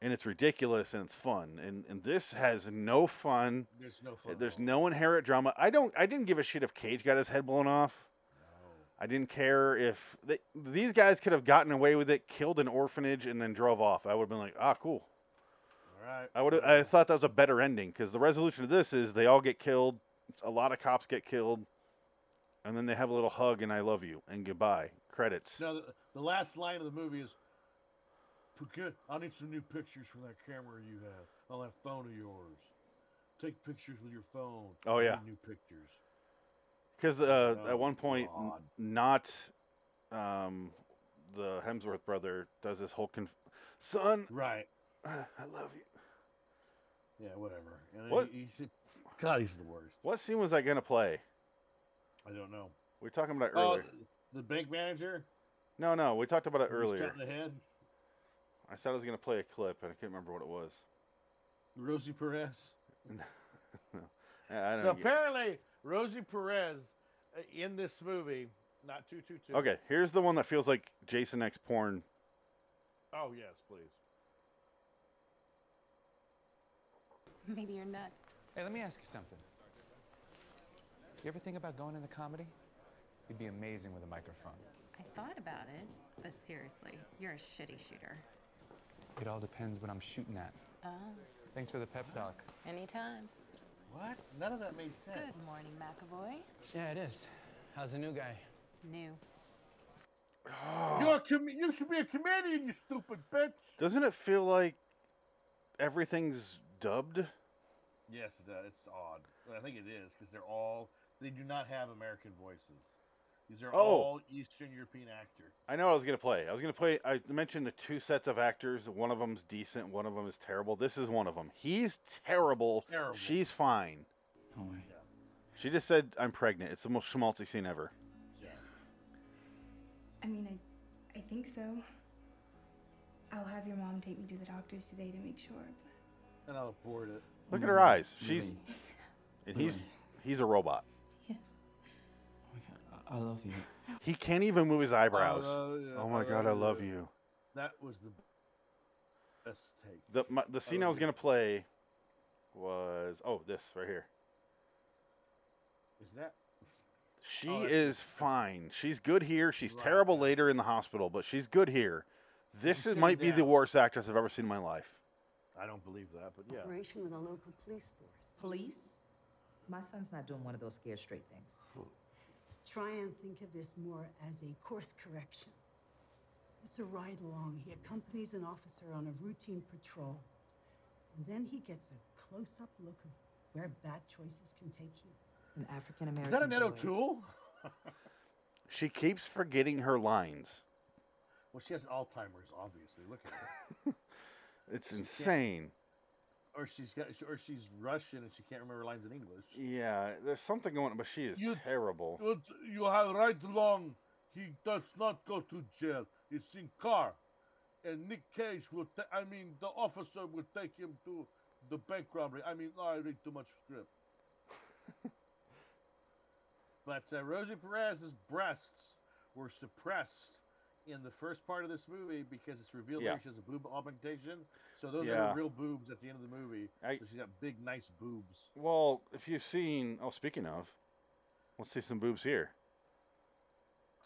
[SPEAKER 2] and it's ridiculous and it's fun. And and this has no fun.
[SPEAKER 1] There's no fun. at
[SPEAKER 2] There's
[SPEAKER 1] all.
[SPEAKER 2] no inherent drama. I don't. I didn't give a shit if Cage got his head blown off.
[SPEAKER 1] No.
[SPEAKER 2] I didn't care if they, these guys could have gotten away with it, killed an orphanage, and then drove off. I would have been like, ah, cool.
[SPEAKER 1] All right.
[SPEAKER 2] I would I thought that was a better ending because the resolution of this is they all get killed, a lot of cops get killed, and then they have a little hug and I love you and goodbye credits.
[SPEAKER 1] Now, the, the last line of the movie is, "Pika- I need some new pictures from that camera you have on that phone of yours. Take pictures with your phone.
[SPEAKER 2] Oh,
[SPEAKER 1] I
[SPEAKER 2] yeah.
[SPEAKER 1] need new pictures.
[SPEAKER 2] Because uh,
[SPEAKER 1] Oh,
[SPEAKER 2] at one point, n-
[SPEAKER 1] God.
[SPEAKER 2] not um, the Hemsworth brother does this whole conf- son.
[SPEAKER 1] Right?
[SPEAKER 2] I love you.
[SPEAKER 1] Yeah, whatever. And then
[SPEAKER 2] What-
[SPEAKER 1] He, he said, God, he's the worst.
[SPEAKER 2] What scene was I gonna play?
[SPEAKER 1] I don't know.
[SPEAKER 2] We were talking about it
[SPEAKER 1] Oh,
[SPEAKER 2] earlier.
[SPEAKER 1] th- the bank manager.
[SPEAKER 2] No, no, we talked about it
[SPEAKER 1] Just
[SPEAKER 2] earlier.
[SPEAKER 1] cut in the head.
[SPEAKER 2] I said I was going to play a clip, and I can't remember what it was.
[SPEAKER 1] Rosie Perez.
[SPEAKER 2] I, I
[SPEAKER 3] so
[SPEAKER 2] don't get-
[SPEAKER 3] apparently, Rosie Perez uh, in this movie, not two two two.
[SPEAKER 2] Okay, here's the one that feels like Jason X porn.
[SPEAKER 3] Oh yes, please.
[SPEAKER 4] Maybe you're nuts.
[SPEAKER 5] Hey, let me ask you something. You ever think about going into comedy? You'd be amazing with a microphone.
[SPEAKER 4] I thought about it, but seriously, you're a shitty shooter.
[SPEAKER 5] It all depends what I'm shooting at.
[SPEAKER 4] Oh,
[SPEAKER 5] Thanks for the pep talk.
[SPEAKER 4] anytime.
[SPEAKER 1] What? None of that made sense.
[SPEAKER 4] Good morning, McAvoy.
[SPEAKER 5] Yeah, it is. How's the new guy?
[SPEAKER 4] New.
[SPEAKER 1] You're a com- you should be a comedian, you stupid bitch.
[SPEAKER 2] Doesn't it feel like everything's dubbed?
[SPEAKER 1] Yes, it does. It's odd. But I think it is because they're all they do not have American voices. These are
[SPEAKER 2] Oh.
[SPEAKER 1] all Eastern European actor.
[SPEAKER 2] I know what I was gonna play. I was gonna play. I mentioned the two sets of actors. One of them's decent. One of them is terrible. This is one of them. He's terrible.
[SPEAKER 1] Terrible.
[SPEAKER 2] She's fine.
[SPEAKER 5] Don't worry.
[SPEAKER 2] She just said, "I'm pregnant." It's the most schmaltzy scene ever.
[SPEAKER 6] I mean, I, I think so. I'll have your mom take me to the doctors today to make sure. But
[SPEAKER 1] And I'll board it.
[SPEAKER 2] Look at her eyes. She's and he's he's a robot.
[SPEAKER 5] I love you.
[SPEAKER 2] He can't even move his eyebrows.
[SPEAKER 1] love you.
[SPEAKER 2] oh my
[SPEAKER 1] I
[SPEAKER 2] god,
[SPEAKER 1] love
[SPEAKER 2] I love
[SPEAKER 1] you.
[SPEAKER 2] you.
[SPEAKER 1] That was the best take.
[SPEAKER 2] The my, the scene I
[SPEAKER 1] love
[SPEAKER 2] was
[SPEAKER 1] you.
[SPEAKER 2] gonna play was oh this right here.
[SPEAKER 1] Is that?
[SPEAKER 2] She
[SPEAKER 1] Oh, that's-
[SPEAKER 2] is fine. She's good here. She's
[SPEAKER 1] Right,
[SPEAKER 2] terrible
[SPEAKER 1] yeah.
[SPEAKER 2] later in the hospital, but she's good here.
[SPEAKER 1] She's
[SPEAKER 2] This is,
[SPEAKER 1] sitting
[SPEAKER 2] might be the
[SPEAKER 1] down.
[SPEAKER 2] worst actress I've ever seen in my life.
[SPEAKER 1] I don't believe that, but yeah.
[SPEAKER 7] Operation with a local police force.
[SPEAKER 8] Police? My son's not doing one of those scared straight things.
[SPEAKER 7] Try and think of this more as a course correction. It's a ride along. He accompanies an officer on a routine patrol. And then he gets a close up look of where bad choices can take you.
[SPEAKER 8] An African American.
[SPEAKER 1] Is that Annette
[SPEAKER 8] boy.
[SPEAKER 1] O'Toole?
[SPEAKER 2] She keeps forgetting her lines.
[SPEAKER 1] Well, she has Alzheimer's, obviously. Look at her.
[SPEAKER 2] It's insane.
[SPEAKER 1] or she's got, or she's Russian and she can't remember lines in English.
[SPEAKER 2] Yeah, there's something going on, but she is
[SPEAKER 1] You-
[SPEAKER 2] terrible.
[SPEAKER 1] You, you have right long. He does not go to jail. It's in car, and Nick Cage will. Ta- I mean, the officer will take him to the bank robbery. I mean, I read too much script. but uh, Rosie Perez's breasts were suppressed in the first part of this movie because it's revealed
[SPEAKER 2] Yeah.
[SPEAKER 1] that she has a boob augmentation. So those are
[SPEAKER 2] Yeah.
[SPEAKER 1] her real boobs at the end of the movie.
[SPEAKER 2] I-
[SPEAKER 1] so she's got big, nice boobs.
[SPEAKER 2] Well, if you've seen, oh, speaking of, let's see some boobs here.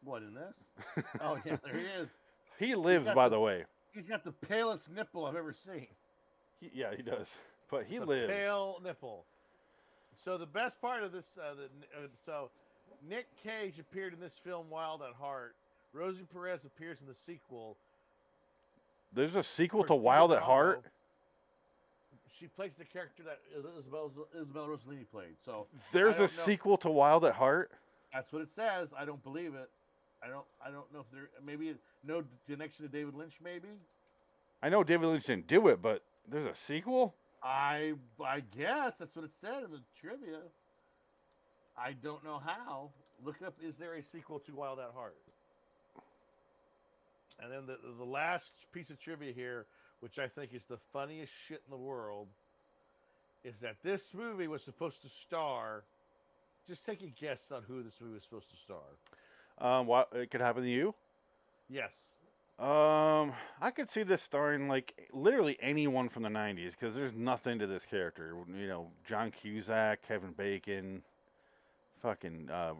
[SPEAKER 1] What in this? oh yeah, there he is.
[SPEAKER 2] He lives,
[SPEAKER 1] got
[SPEAKER 2] by
[SPEAKER 1] the-
[SPEAKER 2] the way.
[SPEAKER 1] He's got the palest nipple I've ever seen.
[SPEAKER 2] He, yeah, he does. But he
[SPEAKER 3] It's a
[SPEAKER 2] lives.
[SPEAKER 3] Pale nipple. So the best part of this, uh, the, uh, so Nick Cage appeared in this film Wild at Heart. Rosie Perez appears in the sequel.
[SPEAKER 2] There's a sequel
[SPEAKER 3] for
[SPEAKER 2] to Wild at
[SPEAKER 3] Tino
[SPEAKER 2] Heart.
[SPEAKER 3] Bravo. She plays the character that Is- Isabel,
[SPEAKER 1] Isabel Rossellini played. So
[SPEAKER 2] There's
[SPEAKER 1] I
[SPEAKER 2] a
[SPEAKER 1] don't know.
[SPEAKER 2] sequel to Wild at Heart.
[SPEAKER 1] that's what it says. I don't believe it. I don't. I don't know if there maybe no d- connection to David Lynch. Maybe
[SPEAKER 2] I know David Lynch didn't do it, but there's a sequel.
[SPEAKER 1] I. I guess that's what it said in the trivia. I don't know how. Look up. Is there a
[SPEAKER 3] sequel to Wild at Heart. And then the, the last piece of trivia here, which I think is the funniest shit in the world, is that this movie was supposed to star. Just take a guess on who this movie was supposed to star.
[SPEAKER 2] Um, why, it could happen to you.
[SPEAKER 3] Yes.
[SPEAKER 2] Um, I could see this starring like literally anyone from the '90s because there's nothing to this character. You know, John Cusack, Kevin Bacon, fucking uh,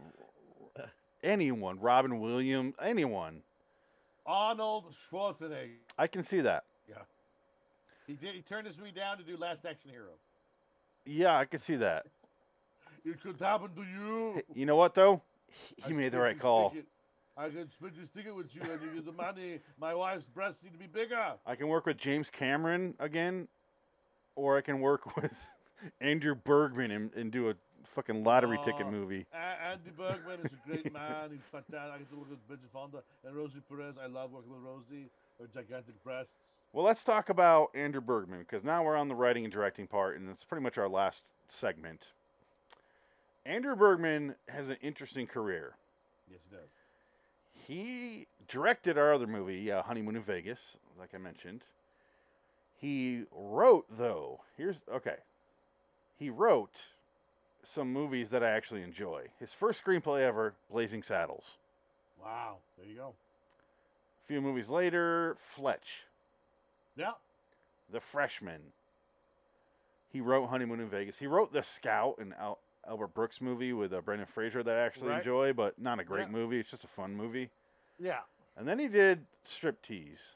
[SPEAKER 2] anyone, Robin Williams, anyone.
[SPEAKER 1] Arnold Schwarzenegger?
[SPEAKER 2] I can see that.
[SPEAKER 1] He did. He turned this movie down to do Last Action Hero.
[SPEAKER 2] Yeah, I could see that.
[SPEAKER 1] It could happen to you.
[SPEAKER 2] You know what though? He,
[SPEAKER 1] I
[SPEAKER 2] he made the
[SPEAKER 1] split
[SPEAKER 2] right
[SPEAKER 1] this
[SPEAKER 2] call.
[SPEAKER 1] ticket- I could split this ticket with you and you get the money. My wife's breasts need to be bigger.
[SPEAKER 2] I can work with James Cameron again, or I can work with Andrew Bergman and, and do a fucking lottery ticket
[SPEAKER 1] Oh.
[SPEAKER 2] movie.
[SPEAKER 1] A- Andy Bergman is a great man. He's fantastic. I get to work with Bridget Fonda and Rosie Perez. I love working with Rosie. Her gigantic breasts.
[SPEAKER 2] Well, let's talk about Andrew Bergman because now we're on the writing and directing part, and it's pretty much our last segment. Andrew Bergman has an interesting career.
[SPEAKER 1] Yes, he does.
[SPEAKER 2] He directed our other movie, uh, Honeymoon in Vegas, like I mentioned. He wrote, though, here's okay. He wrote some movies that I actually enjoy. His first screenplay ever, Blazing Saddles.
[SPEAKER 1] Wow. There you go.
[SPEAKER 2] A few movies later, Fletch,
[SPEAKER 1] Yeah.
[SPEAKER 2] The Freshman. He wrote Honeymoon in Vegas. He wrote The Scout, an Al- Albert Brooks movie with uh, Brendan Fraser that I actually
[SPEAKER 3] Right.
[SPEAKER 2] enjoy, but not a great
[SPEAKER 3] Yeah.
[SPEAKER 2] movie. It's just a fun movie.
[SPEAKER 3] Yeah,
[SPEAKER 2] And then he did Striptease.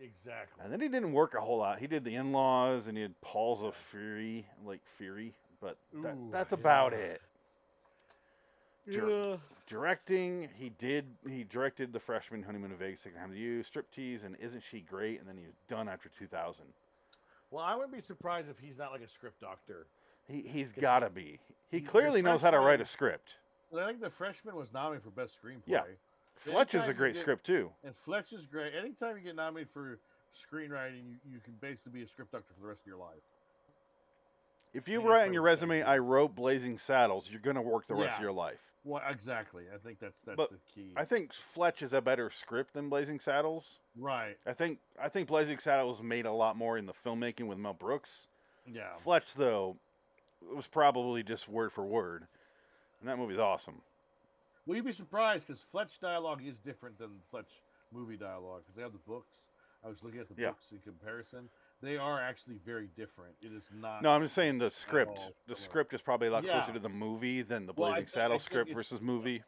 [SPEAKER 3] exactly.
[SPEAKER 2] And then he didn't work a whole lot. He did The In Laws and he did Paul's of Fury, like Fury, but that,
[SPEAKER 3] Ooh,
[SPEAKER 2] that's
[SPEAKER 3] yeah.
[SPEAKER 2] about it. Jerk.
[SPEAKER 3] Yeah.
[SPEAKER 2] Directing, he did. He directed The Freshman, Honeymoon in Vegas, Second Time to You, Striptease, and Isn't She Great? And then he was done after 2000.
[SPEAKER 3] Well, I wouldn't be surprised if he's not like a script doctor.
[SPEAKER 2] He, he's got to be. He
[SPEAKER 1] The
[SPEAKER 2] clearly knows how to write a
[SPEAKER 1] Freshman-
[SPEAKER 2] script.
[SPEAKER 1] I think the freshman was nominated for best screenplay.
[SPEAKER 2] Yeah. Fletch is
[SPEAKER 1] Anytime
[SPEAKER 2] a
[SPEAKER 1] you
[SPEAKER 2] great
[SPEAKER 1] get-
[SPEAKER 2] script, too.
[SPEAKER 1] And Fletch is great. Anytime you get nominated for screenwriting, you, you can basically be a script doctor for the rest of your life.
[SPEAKER 2] If you
[SPEAKER 1] think that's
[SPEAKER 2] write in
[SPEAKER 1] what
[SPEAKER 2] your
[SPEAKER 1] we're saying
[SPEAKER 2] resume,
[SPEAKER 1] here.
[SPEAKER 2] I wrote Blazing Saddles, you're going to work the rest of
[SPEAKER 1] Yeah.
[SPEAKER 2] your life.
[SPEAKER 1] Well, exactly. I think that's that's
[SPEAKER 2] But
[SPEAKER 1] the key.
[SPEAKER 2] I think Fletch is a better script than Blazing Saddles.
[SPEAKER 1] right.
[SPEAKER 2] I think I think Blazing Saddles made a lot more in the filmmaking with Mel Brooks.
[SPEAKER 1] Yeah.
[SPEAKER 2] Fletch though was probably just word for word, and that movie's awesome.
[SPEAKER 1] Well, you'd be surprised because Fletch dialogue is different than Fletch movie dialogue because they have the books. I was looking at the
[SPEAKER 2] Yeah.
[SPEAKER 1] books in comparison. They are actually very different. It is not.
[SPEAKER 2] No, I'm just saying the script.
[SPEAKER 1] all
[SPEAKER 2] The
[SPEAKER 1] similar.
[SPEAKER 2] script is probably a lot
[SPEAKER 1] oh, Yeah.
[SPEAKER 2] closer to the movie than the
[SPEAKER 1] Well, I-
[SPEAKER 2] Blazing
[SPEAKER 1] I- I
[SPEAKER 2] Saddles
[SPEAKER 1] think
[SPEAKER 2] script
[SPEAKER 1] it's-
[SPEAKER 2] versus movie.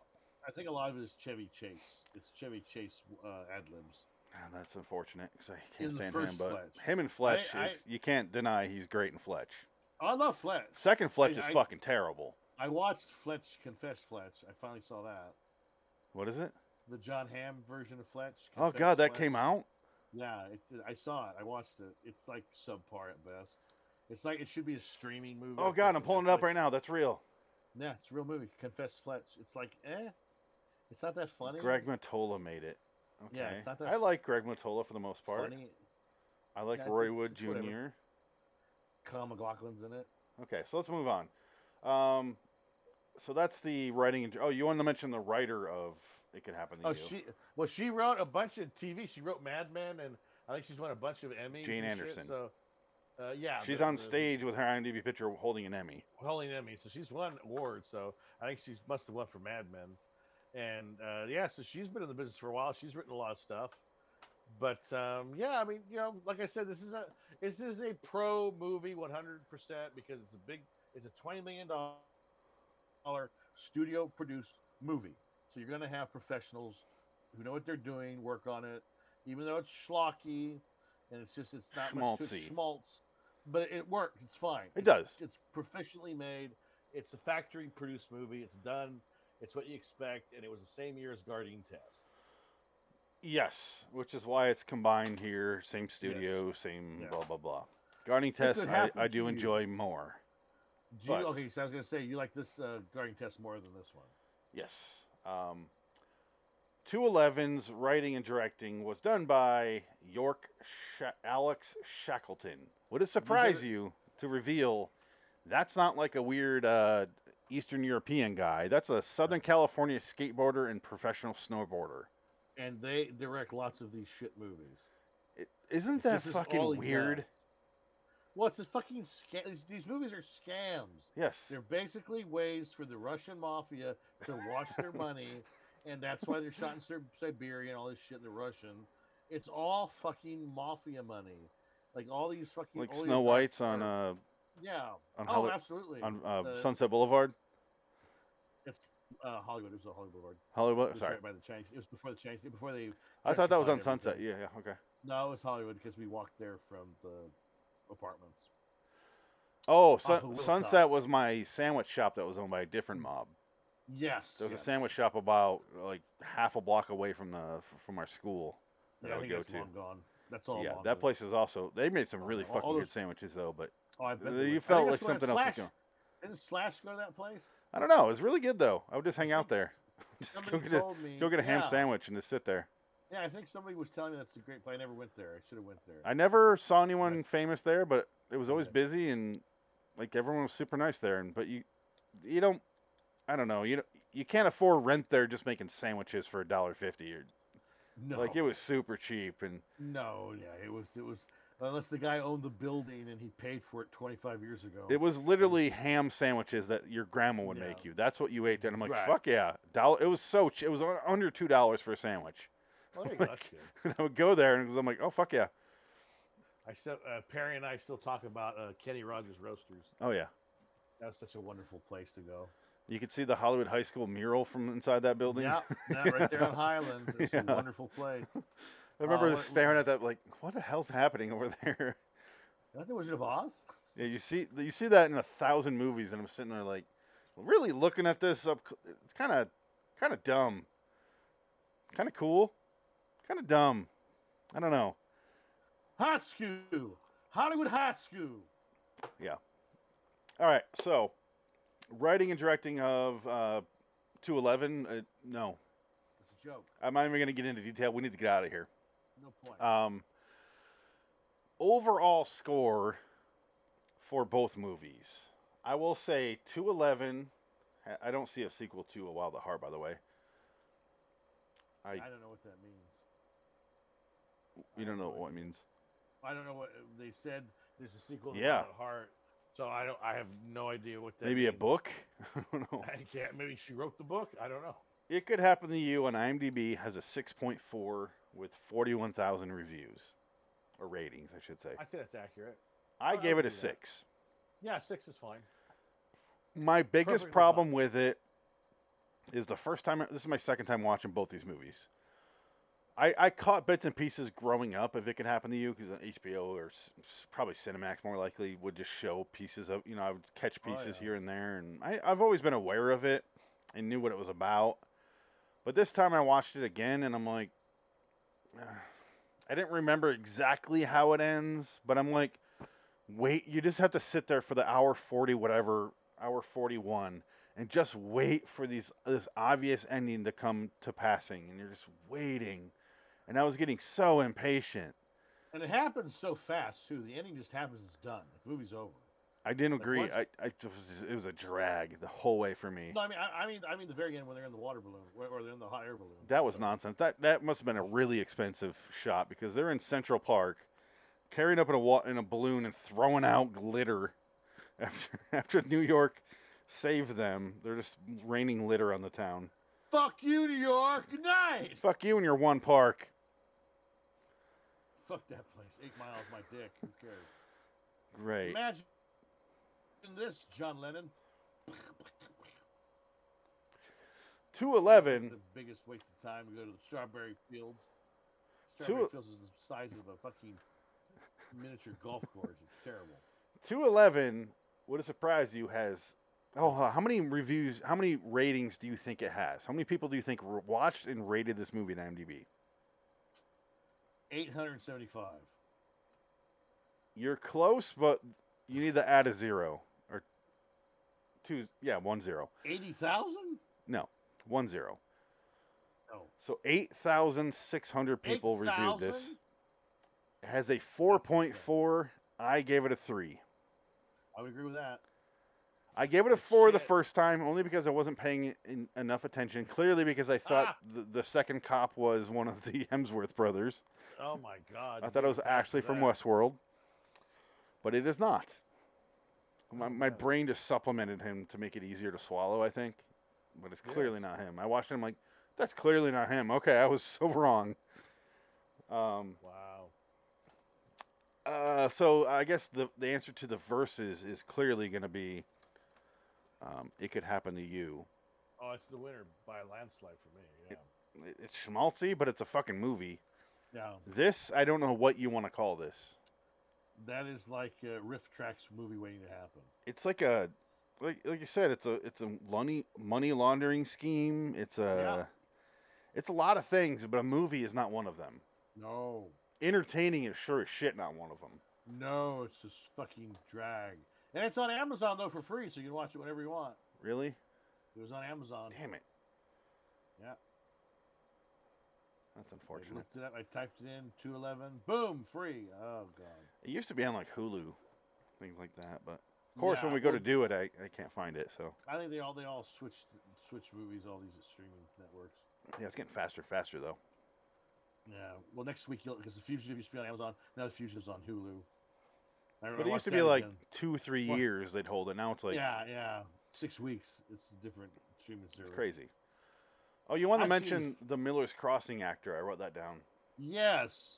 [SPEAKER 1] I think a lot of it is Chevy Chase. It's Chevy Chase uh, ad libs.
[SPEAKER 2] Ah, that's unfortunate because I can't
[SPEAKER 1] the
[SPEAKER 2] stand him.
[SPEAKER 1] first
[SPEAKER 2] But
[SPEAKER 1] Fletch.
[SPEAKER 2] him and Fletch
[SPEAKER 1] I-
[SPEAKER 2] is you can't deny he's great in Fletch.
[SPEAKER 1] I love Fletch.
[SPEAKER 2] Second Fletch
[SPEAKER 1] I-
[SPEAKER 2] is
[SPEAKER 1] I-
[SPEAKER 2] fucking terrible.
[SPEAKER 1] I watched Fletch Confess Fletch. I finally saw that.
[SPEAKER 2] What is it?
[SPEAKER 1] The John Hamm version of Fletch.
[SPEAKER 2] Oh
[SPEAKER 1] Confess
[SPEAKER 2] God, that
[SPEAKER 1] Fletch.
[SPEAKER 2] came out.
[SPEAKER 1] Yeah, it, I saw it. I watched it. It's like subpar at best. It's like it should be a streaming movie.
[SPEAKER 2] Oh
[SPEAKER 1] like
[SPEAKER 2] God,
[SPEAKER 1] Fletch
[SPEAKER 2] I'm
[SPEAKER 1] on
[SPEAKER 2] pulling it up
[SPEAKER 1] Netflix.
[SPEAKER 2] right now. That's real.
[SPEAKER 1] Yeah, it's a real movie. Confess Fletch. It's like, eh, it's not that funny.
[SPEAKER 2] Greg Matola made it. Okay.
[SPEAKER 1] Yeah, it's not that
[SPEAKER 2] I
[SPEAKER 1] f-
[SPEAKER 2] like Greg Matola for the most part.
[SPEAKER 1] funny.
[SPEAKER 2] I like
[SPEAKER 1] Yeah, it's-
[SPEAKER 2] Roy
[SPEAKER 1] it's-
[SPEAKER 2] Wood
[SPEAKER 1] it's
[SPEAKER 2] Jr.
[SPEAKER 1] whatever. Kyle McLaughlin's in it.
[SPEAKER 2] Okay, so let's move on. Um, so that's the writing. And, oh, you wanted to mention the writer of "It Could Happen to
[SPEAKER 3] Oh,
[SPEAKER 2] You,"
[SPEAKER 3] she well, she wrote a bunch of TV. She wrote Mad Men, and I think she's won a bunch of Emmys.
[SPEAKER 2] Jane
[SPEAKER 3] and shit,
[SPEAKER 2] Anderson.
[SPEAKER 3] so, uh, yeah,
[SPEAKER 2] she's
[SPEAKER 3] the-
[SPEAKER 2] on
[SPEAKER 3] the-
[SPEAKER 2] stage with her IMDb picture holding an Emmy.
[SPEAKER 3] holding Emmy, so she's won awards. So I think she must have won for Mad Men, and uh, yeah, so she's been in the business for a while. She's written a lot of stuff, but um, yeah, I mean, you know, like I said, this is a this is a pro movie one hundred percent because it's a big, it's a twenty million dollar
[SPEAKER 1] Studio produced movie. So you're gonna have professionals who know what they're doing work on it, even though it's schlocky, and it's just it's not much to
[SPEAKER 2] Schmaltzy.
[SPEAKER 1] it, schmaltz, but it works. It's fine.
[SPEAKER 2] It
[SPEAKER 1] It's-
[SPEAKER 2] does.
[SPEAKER 1] It's proficiently made.
[SPEAKER 3] It's a factory produced movie. It's done. It's what you expect, and it was the same year as Guardian Test.
[SPEAKER 2] Yes, which is why it's combined here. Same studio, same
[SPEAKER 1] Yeah.
[SPEAKER 2] blah blah blah. Guardian
[SPEAKER 1] Could
[SPEAKER 2] Test, I,
[SPEAKER 1] Happen
[SPEAKER 2] I
[SPEAKER 1] to
[SPEAKER 2] do
[SPEAKER 1] You.
[SPEAKER 2] enjoy more.
[SPEAKER 1] Do you,
[SPEAKER 2] But-
[SPEAKER 1] okay, so I was gonna say you like this uh, Guardian Test more than this one.
[SPEAKER 2] Yes. Um, 211's writing and directing was done by York Sha- Alex Shackleton. Would it surprise you to reveal that's not like a weird uh, Eastern European guy? That's a Southern California skateboarder and professional snowboarder.
[SPEAKER 1] And they direct lots of these shit movies.
[SPEAKER 2] is isn't
[SPEAKER 1] This
[SPEAKER 2] that
[SPEAKER 1] is all
[SPEAKER 2] fucking
[SPEAKER 1] he
[SPEAKER 2] weird?
[SPEAKER 1] does. Well, it's a fucking scam. These, these movies are scams.
[SPEAKER 2] Yes.
[SPEAKER 1] They're basically ways for the Russian mafia to wash their money, and that's why they're shot in Sib- Siberia and all this shit in the Russian. It's all fucking mafia money, like all these fucking
[SPEAKER 2] Like
[SPEAKER 1] all these
[SPEAKER 2] Snow
[SPEAKER 1] dark
[SPEAKER 2] White's on
[SPEAKER 1] arts.
[SPEAKER 2] uh,
[SPEAKER 1] yeah
[SPEAKER 2] on,
[SPEAKER 1] oh
[SPEAKER 2] Holly-
[SPEAKER 1] absolutely
[SPEAKER 2] on uh,
[SPEAKER 1] The-
[SPEAKER 2] Sunset Boulevard,
[SPEAKER 1] it's uh, Hollywood it was a Hollywood Boulevard it
[SPEAKER 2] Hollywood.
[SPEAKER 1] was
[SPEAKER 2] Sorry,
[SPEAKER 1] right by the Chinese it was before the Chinese before they
[SPEAKER 2] I thought that was
[SPEAKER 1] gentrified
[SPEAKER 2] on Sunset.
[SPEAKER 1] everything.
[SPEAKER 2] Yeah, yeah, okay.
[SPEAKER 1] no it was Hollywood because we walked there from the apartments
[SPEAKER 2] Oh, Sun-
[SPEAKER 1] of
[SPEAKER 2] Sunset
[SPEAKER 1] Wilcox.
[SPEAKER 2] was my sandwich shop that was owned by a different mob.
[SPEAKER 1] yes
[SPEAKER 2] There was
[SPEAKER 1] yes.
[SPEAKER 2] a sandwich shop about like half a block away from the from our school that
[SPEAKER 1] yeah,
[SPEAKER 2] I
[SPEAKER 1] I
[SPEAKER 2] would
[SPEAKER 1] think
[SPEAKER 2] go
[SPEAKER 1] that's
[SPEAKER 2] to.
[SPEAKER 1] long gone that's all
[SPEAKER 2] yeah,
[SPEAKER 1] long
[SPEAKER 2] that
[SPEAKER 1] gone.
[SPEAKER 2] place is also. They made some
[SPEAKER 1] Oh,
[SPEAKER 2] really
[SPEAKER 1] yeah, all- all
[SPEAKER 2] fucking good
[SPEAKER 1] those-
[SPEAKER 2] sandwiches though, but
[SPEAKER 1] oh, I bet they
[SPEAKER 2] uh, you
[SPEAKER 1] would. I think
[SPEAKER 2] felt like
[SPEAKER 1] that's where
[SPEAKER 2] something else was
[SPEAKER 1] Slash-
[SPEAKER 2] going.
[SPEAKER 1] Didn't Slash go to that place?
[SPEAKER 2] I don't know. It was really good though. I would just hang out
[SPEAKER 1] think
[SPEAKER 2] there. just go
[SPEAKER 1] Somebody
[SPEAKER 2] get a,
[SPEAKER 1] told me.
[SPEAKER 2] go get a ham
[SPEAKER 1] yeah.
[SPEAKER 2] sandwich and just sit there.
[SPEAKER 1] Yeah, I think somebody was telling me that's a great place. I never went there. I should have went there.
[SPEAKER 2] I never saw anyone famous there, but it was always busy and like everyone was super nice there. And but you, you don't, I don't know, you don't, you can't afford rent there just making sandwiches for a dollar fifty. Or
[SPEAKER 1] No,
[SPEAKER 2] Like it was super cheap, and
[SPEAKER 1] no, yeah, it was it was unless the guy owned the building and he paid for it 25 years ago.
[SPEAKER 2] it was literally ham sandwiches that your grandma would
[SPEAKER 1] Oh, Yeah.
[SPEAKER 2] make you. That's what you ate there. And I'm like,
[SPEAKER 1] Right.
[SPEAKER 2] fuck yeah, dollar. It was so cheap. It was un- under two dollars for a sandwich.
[SPEAKER 3] Well, there you go, that's good.
[SPEAKER 2] and I would go there, and I'm like, oh fuck yeah,
[SPEAKER 3] I still, uh, Perry and I still talk about uh, Kenny Rogers Roasters.
[SPEAKER 2] oh yeah.
[SPEAKER 1] that was such a wonderful place to go.
[SPEAKER 2] You could see the Hollywood High School mural from inside that building.
[SPEAKER 1] Yeah, yeah, right there on Highlands. It's
[SPEAKER 2] Yeah.
[SPEAKER 1] a wonderful place.
[SPEAKER 2] I remember
[SPEAKER 1] what-
[SPEAKER 2] staring at that, like, what the hell's happening over there?
[SPEAKER 1] I think it was it Oz.
[SPEAKER 2] Yeah, you see, you see that in a thousand movies, and I'm sitting there like, really looking at this up. cl- It's kind of, kind of dumb. Kind of cool. Kind of dumb. I don't know.
[SPEAKER 1] High school, Hollywood High School.
[SPEAKER 2] All right, so writing and directing of uh, 211. Uh, no,
[SPEAKER 1] It's a joke.
[SPEAKER 2] I'm not even going to get into detail. We need to get out of here.
[SPEAKER 1] No point.
[SPEAKER 2] Um, overall score for both movies, I will say 211. I- I don't see a sequel to A Wild at Heart, by the way. I
[SPEAKER 1] I don't know what that means.
[SPEAKER 2] you don't know what it means.
[SPEAKER 1] I don't know what they said. There's a sequel. to
[SPEAKER 2] Yeah.
[SPEAKER 1] Wild at Heart.
[SPEAKER 3] So I don't, I have no idea what that.
[SPEAKER 2] Maybe a
[SPEAKER 3] means.
[SPEAKER 2] book. I don't know.
[SPEAKER 3] I can't. Maybe she wrote the book. I don't know.
[SPEAKER 2] It could happen to you. On IMDb has a 6.4 with 41,000 reviews or ratings, I should say.
[SPEAKER 3] I'd say that's accurate.
[SPEAKER 2] I,
[SPEAKER 3] I
[SPEAKER 2] gave
[SPEAKER 3] would
[SPEAKER 2] it a
[SPEAKER 3] do that.
[SPEAKER 2] six.
[SPEAKER 3] Yeah, six is fine.
[SPEAKER 2] My biggest
[SPEAKER 3] Perfectly fine.
[SPEAKER 2] problem with it is the first time. This is my second time watching both these movies. I, I caught bits and pieces growing up. If it could happen to you, because HBO or s- s- probably Cinemax more likely would just show pieces of. You know, I would catch
[SPEAKER 1] Oh,
[SPEAKER 2] pieces
[SPEAKER 1] yeah.
[SPEAKER 2] here and there, and I, I've always been aware of it and knew what it was about. But this time I watched it again, and I'm like, I didn't remember exactly how it ends, but I'm like, wait, you just have to sit there for the hour 40 whatever, hour 41 and just wait for these this obvious ending to come to passing and you're just waiting. And I was getting so impatient.
[SPEAKER 1] And it happens so fast too. The ending just happens. It's done. The movie's over.
[SPEAKER 2] I didn't agree.
[SPEAKER 1] once-
[SPEAKER 2] I, I just was just- it was a drag the whole way for me.
[SPEAKER 1] No, I mean, I, I mean, I mean the very end when they're in the water balloon or, or they're in the hot air balloon.
[SPEAKER 2] That was
[SPEAKER 1] So,
[SPEAKER 2] nonsense. That that must have been a really expensive shot because they're in Central Park, carried up in a wa- in a balloon and throwing out glitter. After after New York saved them, they're just raining litter on the town.
[SPEAKER 1] Fuck you, New York. Good night.
[SPEAKER 2] Fuck you and your one park.
[SPEAKER 1] Fuck that place. Eight miles, my dick. Who cares?
[SPEAKER 2] Great.
[SPEAKER 1] Imagine this, John Lennon.
[SPEAKER 2] Two eleven.
[SPEAKER 1] The biggest waste of time. We go to the strawberry fields.
[SPEAKER 2] Two-
[SPEAKER 1] Strawberry fields is the size of a fucking miniature golf course. It's terrible.
[SPEAKER 2] 211 would it surprise you has oh huh, how many reviews how many ratings do you think it has how many people do you think r- watched and rated this movie on imdb
[SPEAKER 1] 875.
[SPEAKER 2] you're close but you need to add a zero or two yeah one zero
[SPEAKER 1] 80,000?
[SPEAKER 2] no one zero
[SPEAKER 1] No.
[SPEAKER 2] so 8600 people reviewed this
[SPEAKER 1] 8,000?
[SPEAKER 2] it has a 4.4 i gave it a 3
[SPEAKER 1] I would agree with that.
[SPEAKER 2] I gave it a four the
[SPEAKER 1] shit.
[SPEAKER 2] first time only because I wasn't paying in, enough attention. Clearly, because I thought
[SPEAKER 1] Ah.
[SPEAKER 2] the, the second cop was one of the Hemsworth brothers.
[SPEAKER 1] Oh my God.
[SPEAKER 2] I thought it was actually from Westworld, but it is not. My, my brain just supplemented him to make it easier to swallow, I think, but it's clearly not him. I watched him like, that's clearly not him. Okay, I was so wrong. Um,
[SPEAKER 1] Wow.
[SPEAKER 2] uh, so I guess the the answer to the verses is clearly going to be, um, it could happen to you.
[SPEAKER 3] Oh, it's the winner by a landslide for me. Yeah.
[SPEAKER 2] it- it's schmaltzy, but it's a fucking movie.
[SPEAKER 1] Now,
[SPEAKER 2] This, I don't know what you want to call this.
[SPEAKER 1] that is like uh, Riff Tracks movie waiting to happen.
[SPEAKER 2] It's like a, like like you said, it's a it's a money money laundering scheme. It's a, it's a lot of things, but a movie is not one of them.
[SPEAKER 1] No.
[SPEAKER 2] Entertaining is sure as shit not one of them.
[SPEAKER 1] No, it's just fucking drag. And it's on Amazon, though, for free, so you can watch it whenever you want.
[SPEAKER 2] Really?
[SPEAKER 1] It was on Amazon.
[SPEAKER 2] Damn it.
[SPEAKER 1] Yeah.
[SPEAKER 2] That's
[SPEAKER 1] I
[SPEAKER 2] unfortunate.
[SPEAKER 1] looked it up. I typed it in 211. Boom, free. Oh, God.
[SPEAKER 2] It used to be on like Hulu, things like that. But of course, when
[SPEAKER 1] Yeah,
[SPEAKER 2] we go to
[SPEAKER 1] well-
[SPEAKER 2] do it, I, I can't find it. So
[SPEAKER 1] I think they all they all switched switch movies, all these streaming networks.
[SPEAKER 2] yeah, it's getting faster and faster though.
[SPEAKER 1] Yeah. Well, next week you'll because the fusion used to be on Amazon. Now the fusion's on Hulu. I remember I
[SPEAKER 2] But it used
[SPEAKER 1] watched
[SPEAKER 2] to be
[SPEAKER 1] that
[SPEAKER 2] like
[SPEAKER 1] again.
[SPEAKER 2] two, three
[SPEAKER 1] What?
[SPEAKER 2] years they'd hold it. Now it's like
[SPEAKER 1] yeah, yeah, six weeks. It's a different streaming service.
[SPEAKER 2] it's crazy. Oh, you want to
[SPEAKER 1] I've seen
[SPEAKER 2] mention the Miller's Crossing actor? I wrote that down.
[SPEAKER 1] Yes,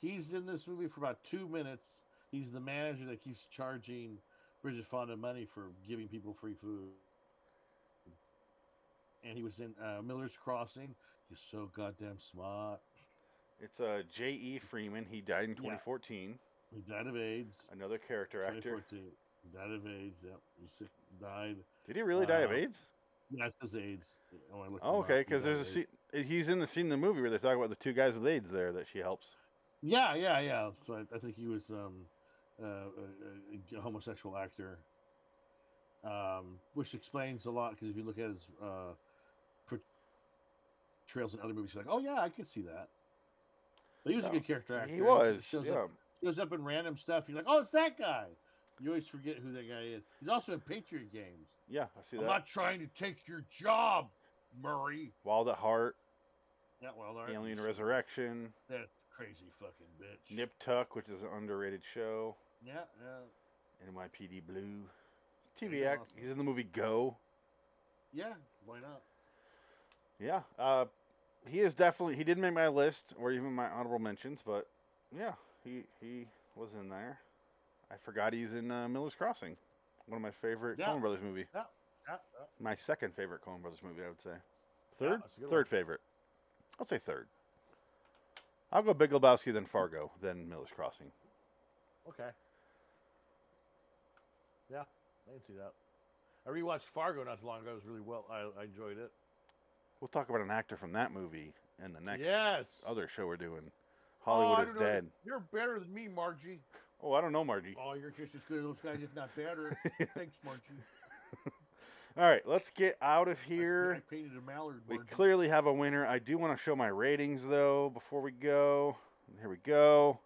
[SPEAKER 1] he's in this movie for about two minutes. He's the manager that keeps charging Bridget Fonda money for giving people free food. And he was in uh, Miller's Crossing. He's so goddamn smart.
[SPEAKER 2] It's uh, J.E. Freeman. He died in 2014.
[SPEAKER 1] He died of AIDS.
[SPEAKER 2] Another character actor.
[SPEAKER 1] 2014. He died of AIDS. Yep. He sick, died.
[SPEAKER 2] Did he really die of
[SPEAKER 1] Wow.
[SPEAKER 2] AIDS?
[SPEAKER 1] Yeah, it says AIDS. Oh, I looked
[SPEAKER 2] Oh,
[SPEAKER 1] him up.
[SPEAKER 2] okay,
[SPEAKER 1] Uh-huh. He
[SPEAKER 2] because
[SPEAKER 1] died
[SPEAKER 2] there's a
[SPEAKER 1] of AIDS.
[SPEAKER 2] scene. eh, He's in the scene in the movie where they're talking about the two guys with AIDS there that she helps.
[SPEAKER 1] Yeah, yeah, yeah. So I, I think he was um, uh, a, a- a homosexual actor, um, which explains a lot because if you look at his uh, portrayals in other movies, you're like, oh yeah, I could see that. But he was
[SPEAKER 2] No,
[SPEAKER 1] a good character actor.
[SPEAKER 2] He
[SPEAKER 1] and so
[SPEAKER 2] was.
[SPEAKER 1] shows,
[SPEAKER 2] yeah.
[SPEAKER 1] up, shows up in random stuff. You're like, oh, it's that guy. You always forget who that guy is. He's also in Patriot games.
[SPEAKER 2] Yeah, I see
[SPEAKER 1] I'm
[SPEAKER 2] that.
[SPEAKER 1] not trying to take your job, Murray.
[SPEAKER 2] Wild at Heart,
[SPEAKER 1] Yeah, well, all right,
[SPEAKER 2] Alien
[SPEAKER 1] just-
[SPEAKER 2] Resurrection,
[SPEAKER 1] That crazy fucking bitch.
[SPEAKER 2] Nip Tuck, which is an underrated show,
[SPEAKER 1] Yeah, yeah.
[SPEAKER 2] NYPD Blue,
[SPEAKER 1] Yeah,
[SPEAKER 2] TV act.
[SPEAKER 1] awesome.
[SPEAKER 2] He's in the movie Go.
[SPEAKER 1] Yeah, why not?
[SPEAKER 2] Yeah. Uh, he is definitely. He didn't make my list or even my honorable mentions, but yeah, he he was in there. I forgot he's in uh, Miller's Crossing, one of my favorite
[SPEAKER 1] Yeah.
[SPEAKER 2] Coen Brothers movie.
[SPEAKER 1] Yeah, yeah.
[SPEAKER 2] My second favorite Coen Brothers movie, I would say. Third,
[SPEAKER 1] that's a good one.
[SPEAKER 2] third favorite. I'll say third. I'll go Big Lebowski, then Fargo, then Miller's Crossing.
[SPEAKER 3] Okay. Yeah, I can see that. I rewatched Fargo not too long ago. It was really well. I, I enjoyed it.
[SPEAKER 2] We'll talk about an actor from that movie in the next
[SPEAKER 3] yes.
[SPEAKER 2] other show we're doing.
[SPEAKER 3] Oh, I
[SPEAKER 2] Hollywood is
[SPEAKER 3] don't know.
[SPEAKER 2] dead.
[SPEAKER 3] You're better than me, Margie.
[SPEAKER 2] Oh, I don't know, Margie.
[SPEAKER 1] Oh, you're just as good as those guys, if not better. Thanks, Margie.
[SPEAKER 2] All right, let's get out of
[SPEAKER 1] I-
[SPEAKER 2] here.
[SPEAKER 1] I painted a mallard.
[SPEAKER 2] We
[SPEAKER 1] Margie.
[SPEAKER 2] clearly have a winner. I do want to show my ratings though before we go. Here we go.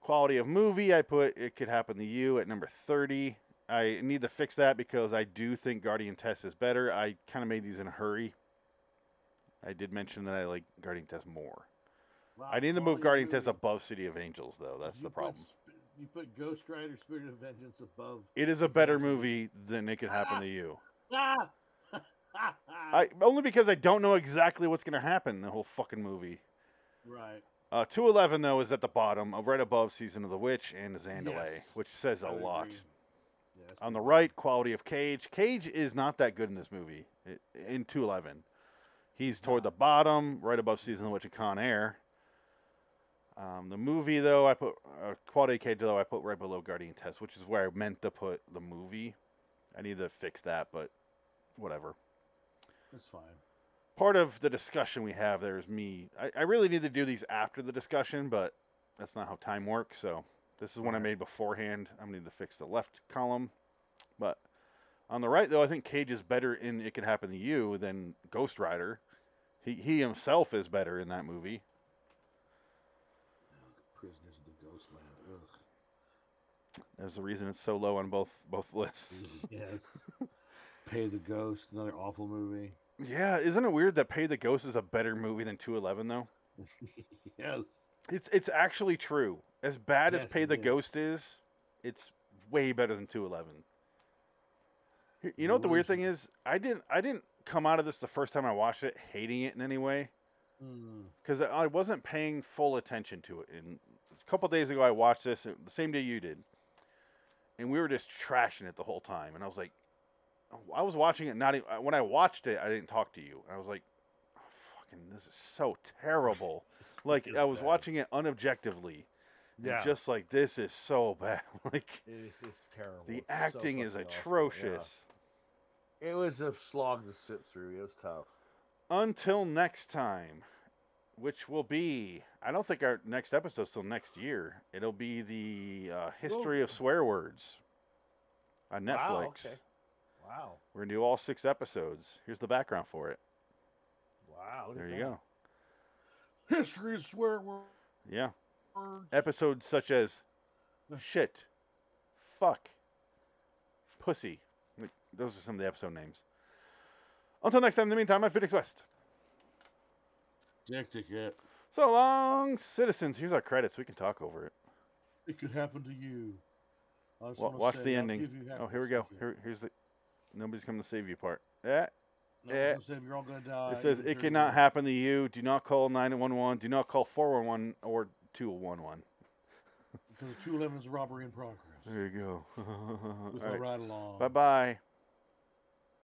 [SPEAKER 2] Quality of movie, I put It Could Happen to You at number 30. I need to fix that because I do think Guardian Test is better. I kind of made these in a hurry. I did mention that I like Guardian Test more.
[SPEAKER 1] Wow,
[SPEAKER 2] I need to move
[SPEAKER 1] quality
[SPEAKER 2] Guardian
[SPEAKER 1] movie.
[SPEAKER 2] Test above City of Angels though. That's
[SPEAKER 1] You
[SPEAKER 2] the
[SPEAKER 1] put
[SPEAKER 2] problem.
[SPEAKER 1] Sp- you put Ghost Rider: Spirit of Vengeance above.
[SPEAKER 2] It is a better movie than It Could Happen
[SPEAKER 1] Ah!
[SPEAKER 2] to You.
[SPEAKER 1] Ah!
[SPEAKER 2] I only because I don't know exactly what's going to happen in the whole fucking movie.
[SPEAKER 1] right.
[SPEAKER 2] Uh, 211, though, is at the bottom, uh, right above Season of the Witch and Xandalay,
[SPEAKER 1] Yes,
[SPEAKER 2] which says a
[SPEAKER 1] I would
[SPEAKER 2] lot.
[SPEAKER 1] agree. Yeah, that's
[SPEAKER 2] On
[SPEAKER 1] pretty
[SPEAKER 2] the
[SPEAKER 1] good.
[SPEAKER 2] right, quality of Cage. Cage is not that good in this movie, i- in 211. He's toward the bottom, right above Season of the Witch and Con Air. Um, the movie, though, I put uh, quality of Cage, though, I put right below Guardian Test, which is where I meant to put the movie. I need to fix that, but whatever
[SPEAKER 1] That's fine.
[SPEAKER 2] part of the discussion we have there is me. I, I really need to do these after the discussion, but that's not how time works. So this is one I made beforehand. I'm gonna need to fix the left column, but on the right though, I think Cage is better in "It Could Happen to You" than Ghost Rider. He he himself is better in that movie.
[SPEAKER 1] Prisoners of the Ghostland. Ugh.
[SPEAKER 2] There's a reason it's so low on both both lists.
[SPEAKER 1] yes. Pay the Ghost. Another awful movie.
[SPEAKER 2] yeah, isn't it weird that "Pay the Ghost" is a better movie than "211" though?
[SPEAKER 1] yes.
[SPEAKER 2] It's it's actually true. As bad as
[SPEAKER 1] Yes,
[SPEAKER 2] Pay
[SPEAKER 1] it
[SPEAKER 2] the
[SPEAKER 1] is.
[SPEAKER 2] Ghost is, it's way better than 211. Y- You
[SPEAKER 1] You're
[SPEAKER 2] know what the weird thing
[SPEAKER 1] losing.
[SPEAKER 2] is? I didn't I didn't come out of this the first time I watched it hating it in any way
[SPEAKER 1] Mm.
[SPEAKER 2] because I wasn't paying full attention to it. And a couple days ago, I watched this uh, the same day you did, and we were just trashing it the whole time. And I was like, I was watching it. Not even, when I watched it, I didn't talk to you. And I was like, oh, fucking, this is so terrible. like
[SPEAKER 1] It is
[SPEAKER 2] I was
[SPEAKER 1] bad.
[SPEAKER 2] watching it unobjectively. and
[SPEAKER 3] Yeah.
[SPEAKER 2] Just like this is so bad. like
[SPEAKER 3] It's, it's terrible.
[SPEAKER 2] the
[SPEAKER 3] Oh, It's so
[SPEAKER 2] acting is
[SPEAKER 3] fucking awful, yeah.
[SPEAKER 2] atrocious.
[SPEAKER 3] It was a slog to sit through. It was tough.
[SPEAKER 2] until next time, which will be, I don't think our next episode's till next year. It'll be the uh, history of swear words on Netflix.
[SPEAKER 3] Wow, okay. Wow.
[SPEAKER 2] We're gonna do all six episodes. Here's the background for it.
[SPEAKER 3] Wow. look at
[SPEAKER 2] There you
[SPEAKER 3] that.
[SPEAKER 2] go.
[SPEAKER 1] History is swear word.
[SPEAKER 2] Yeah,
[SPEAKER 7] Um,
[SPEAKER 2] episodes such as shit, fuck, pussy. Like, Those are some of the episode names. Until next time, in the meantime, I'm Phoenix West.
[SPEAKER 1] Dick ticket.
[SPEAKER 2] So long, citizens. Here's our credits. We can talk over it.
[SPEAKER 1] It could happen to you. I just
[SPEAKER 2] Wa-
[SPEAKER 1] wanna
[SPEAKER 2] watch
[SPEAKER 1] say,
[SPEAKER 2] the
[SPEAKER 1] I'll
[SPEAKER 2] ending.
[SPEAKER 1] give you half
[SPEAKER 2] Oh,
[SPEAKER 1] of
[SPEAKER 2] here we
[SPEAKER 1] this
[SPEAKER 2] go.
[SPEAKER 1] with you.
[SPEAKER 2] Here, here's the nobody's coming to save you part. Eh.
[SPEAKER 1] No,
[SPEAKER 2] eh.
[SPEAKER 1] I'm saying You're all gonna die.
[SPEAKER 2] It says
[SPEAKER 1] even if
[SPEAKER 2] it
[SPEAKER 1] you're
[SPEAKER 2] cannot
[SPEAKER 1] good."
[SPEAKER 2] happen to you. Do not call 911. Do not call 411 or 211.
[SPEAKER 1] because 211 is a robbery in progress.
[SPEAKER 2] There you go.
[SPEAKER 1] With
[SPEAKER 2] All
[SPEAKER 1] a
[SPEAKER 2] right.
[SPEAKER 1] ride along.
[SPEAKER 2] Bye bye.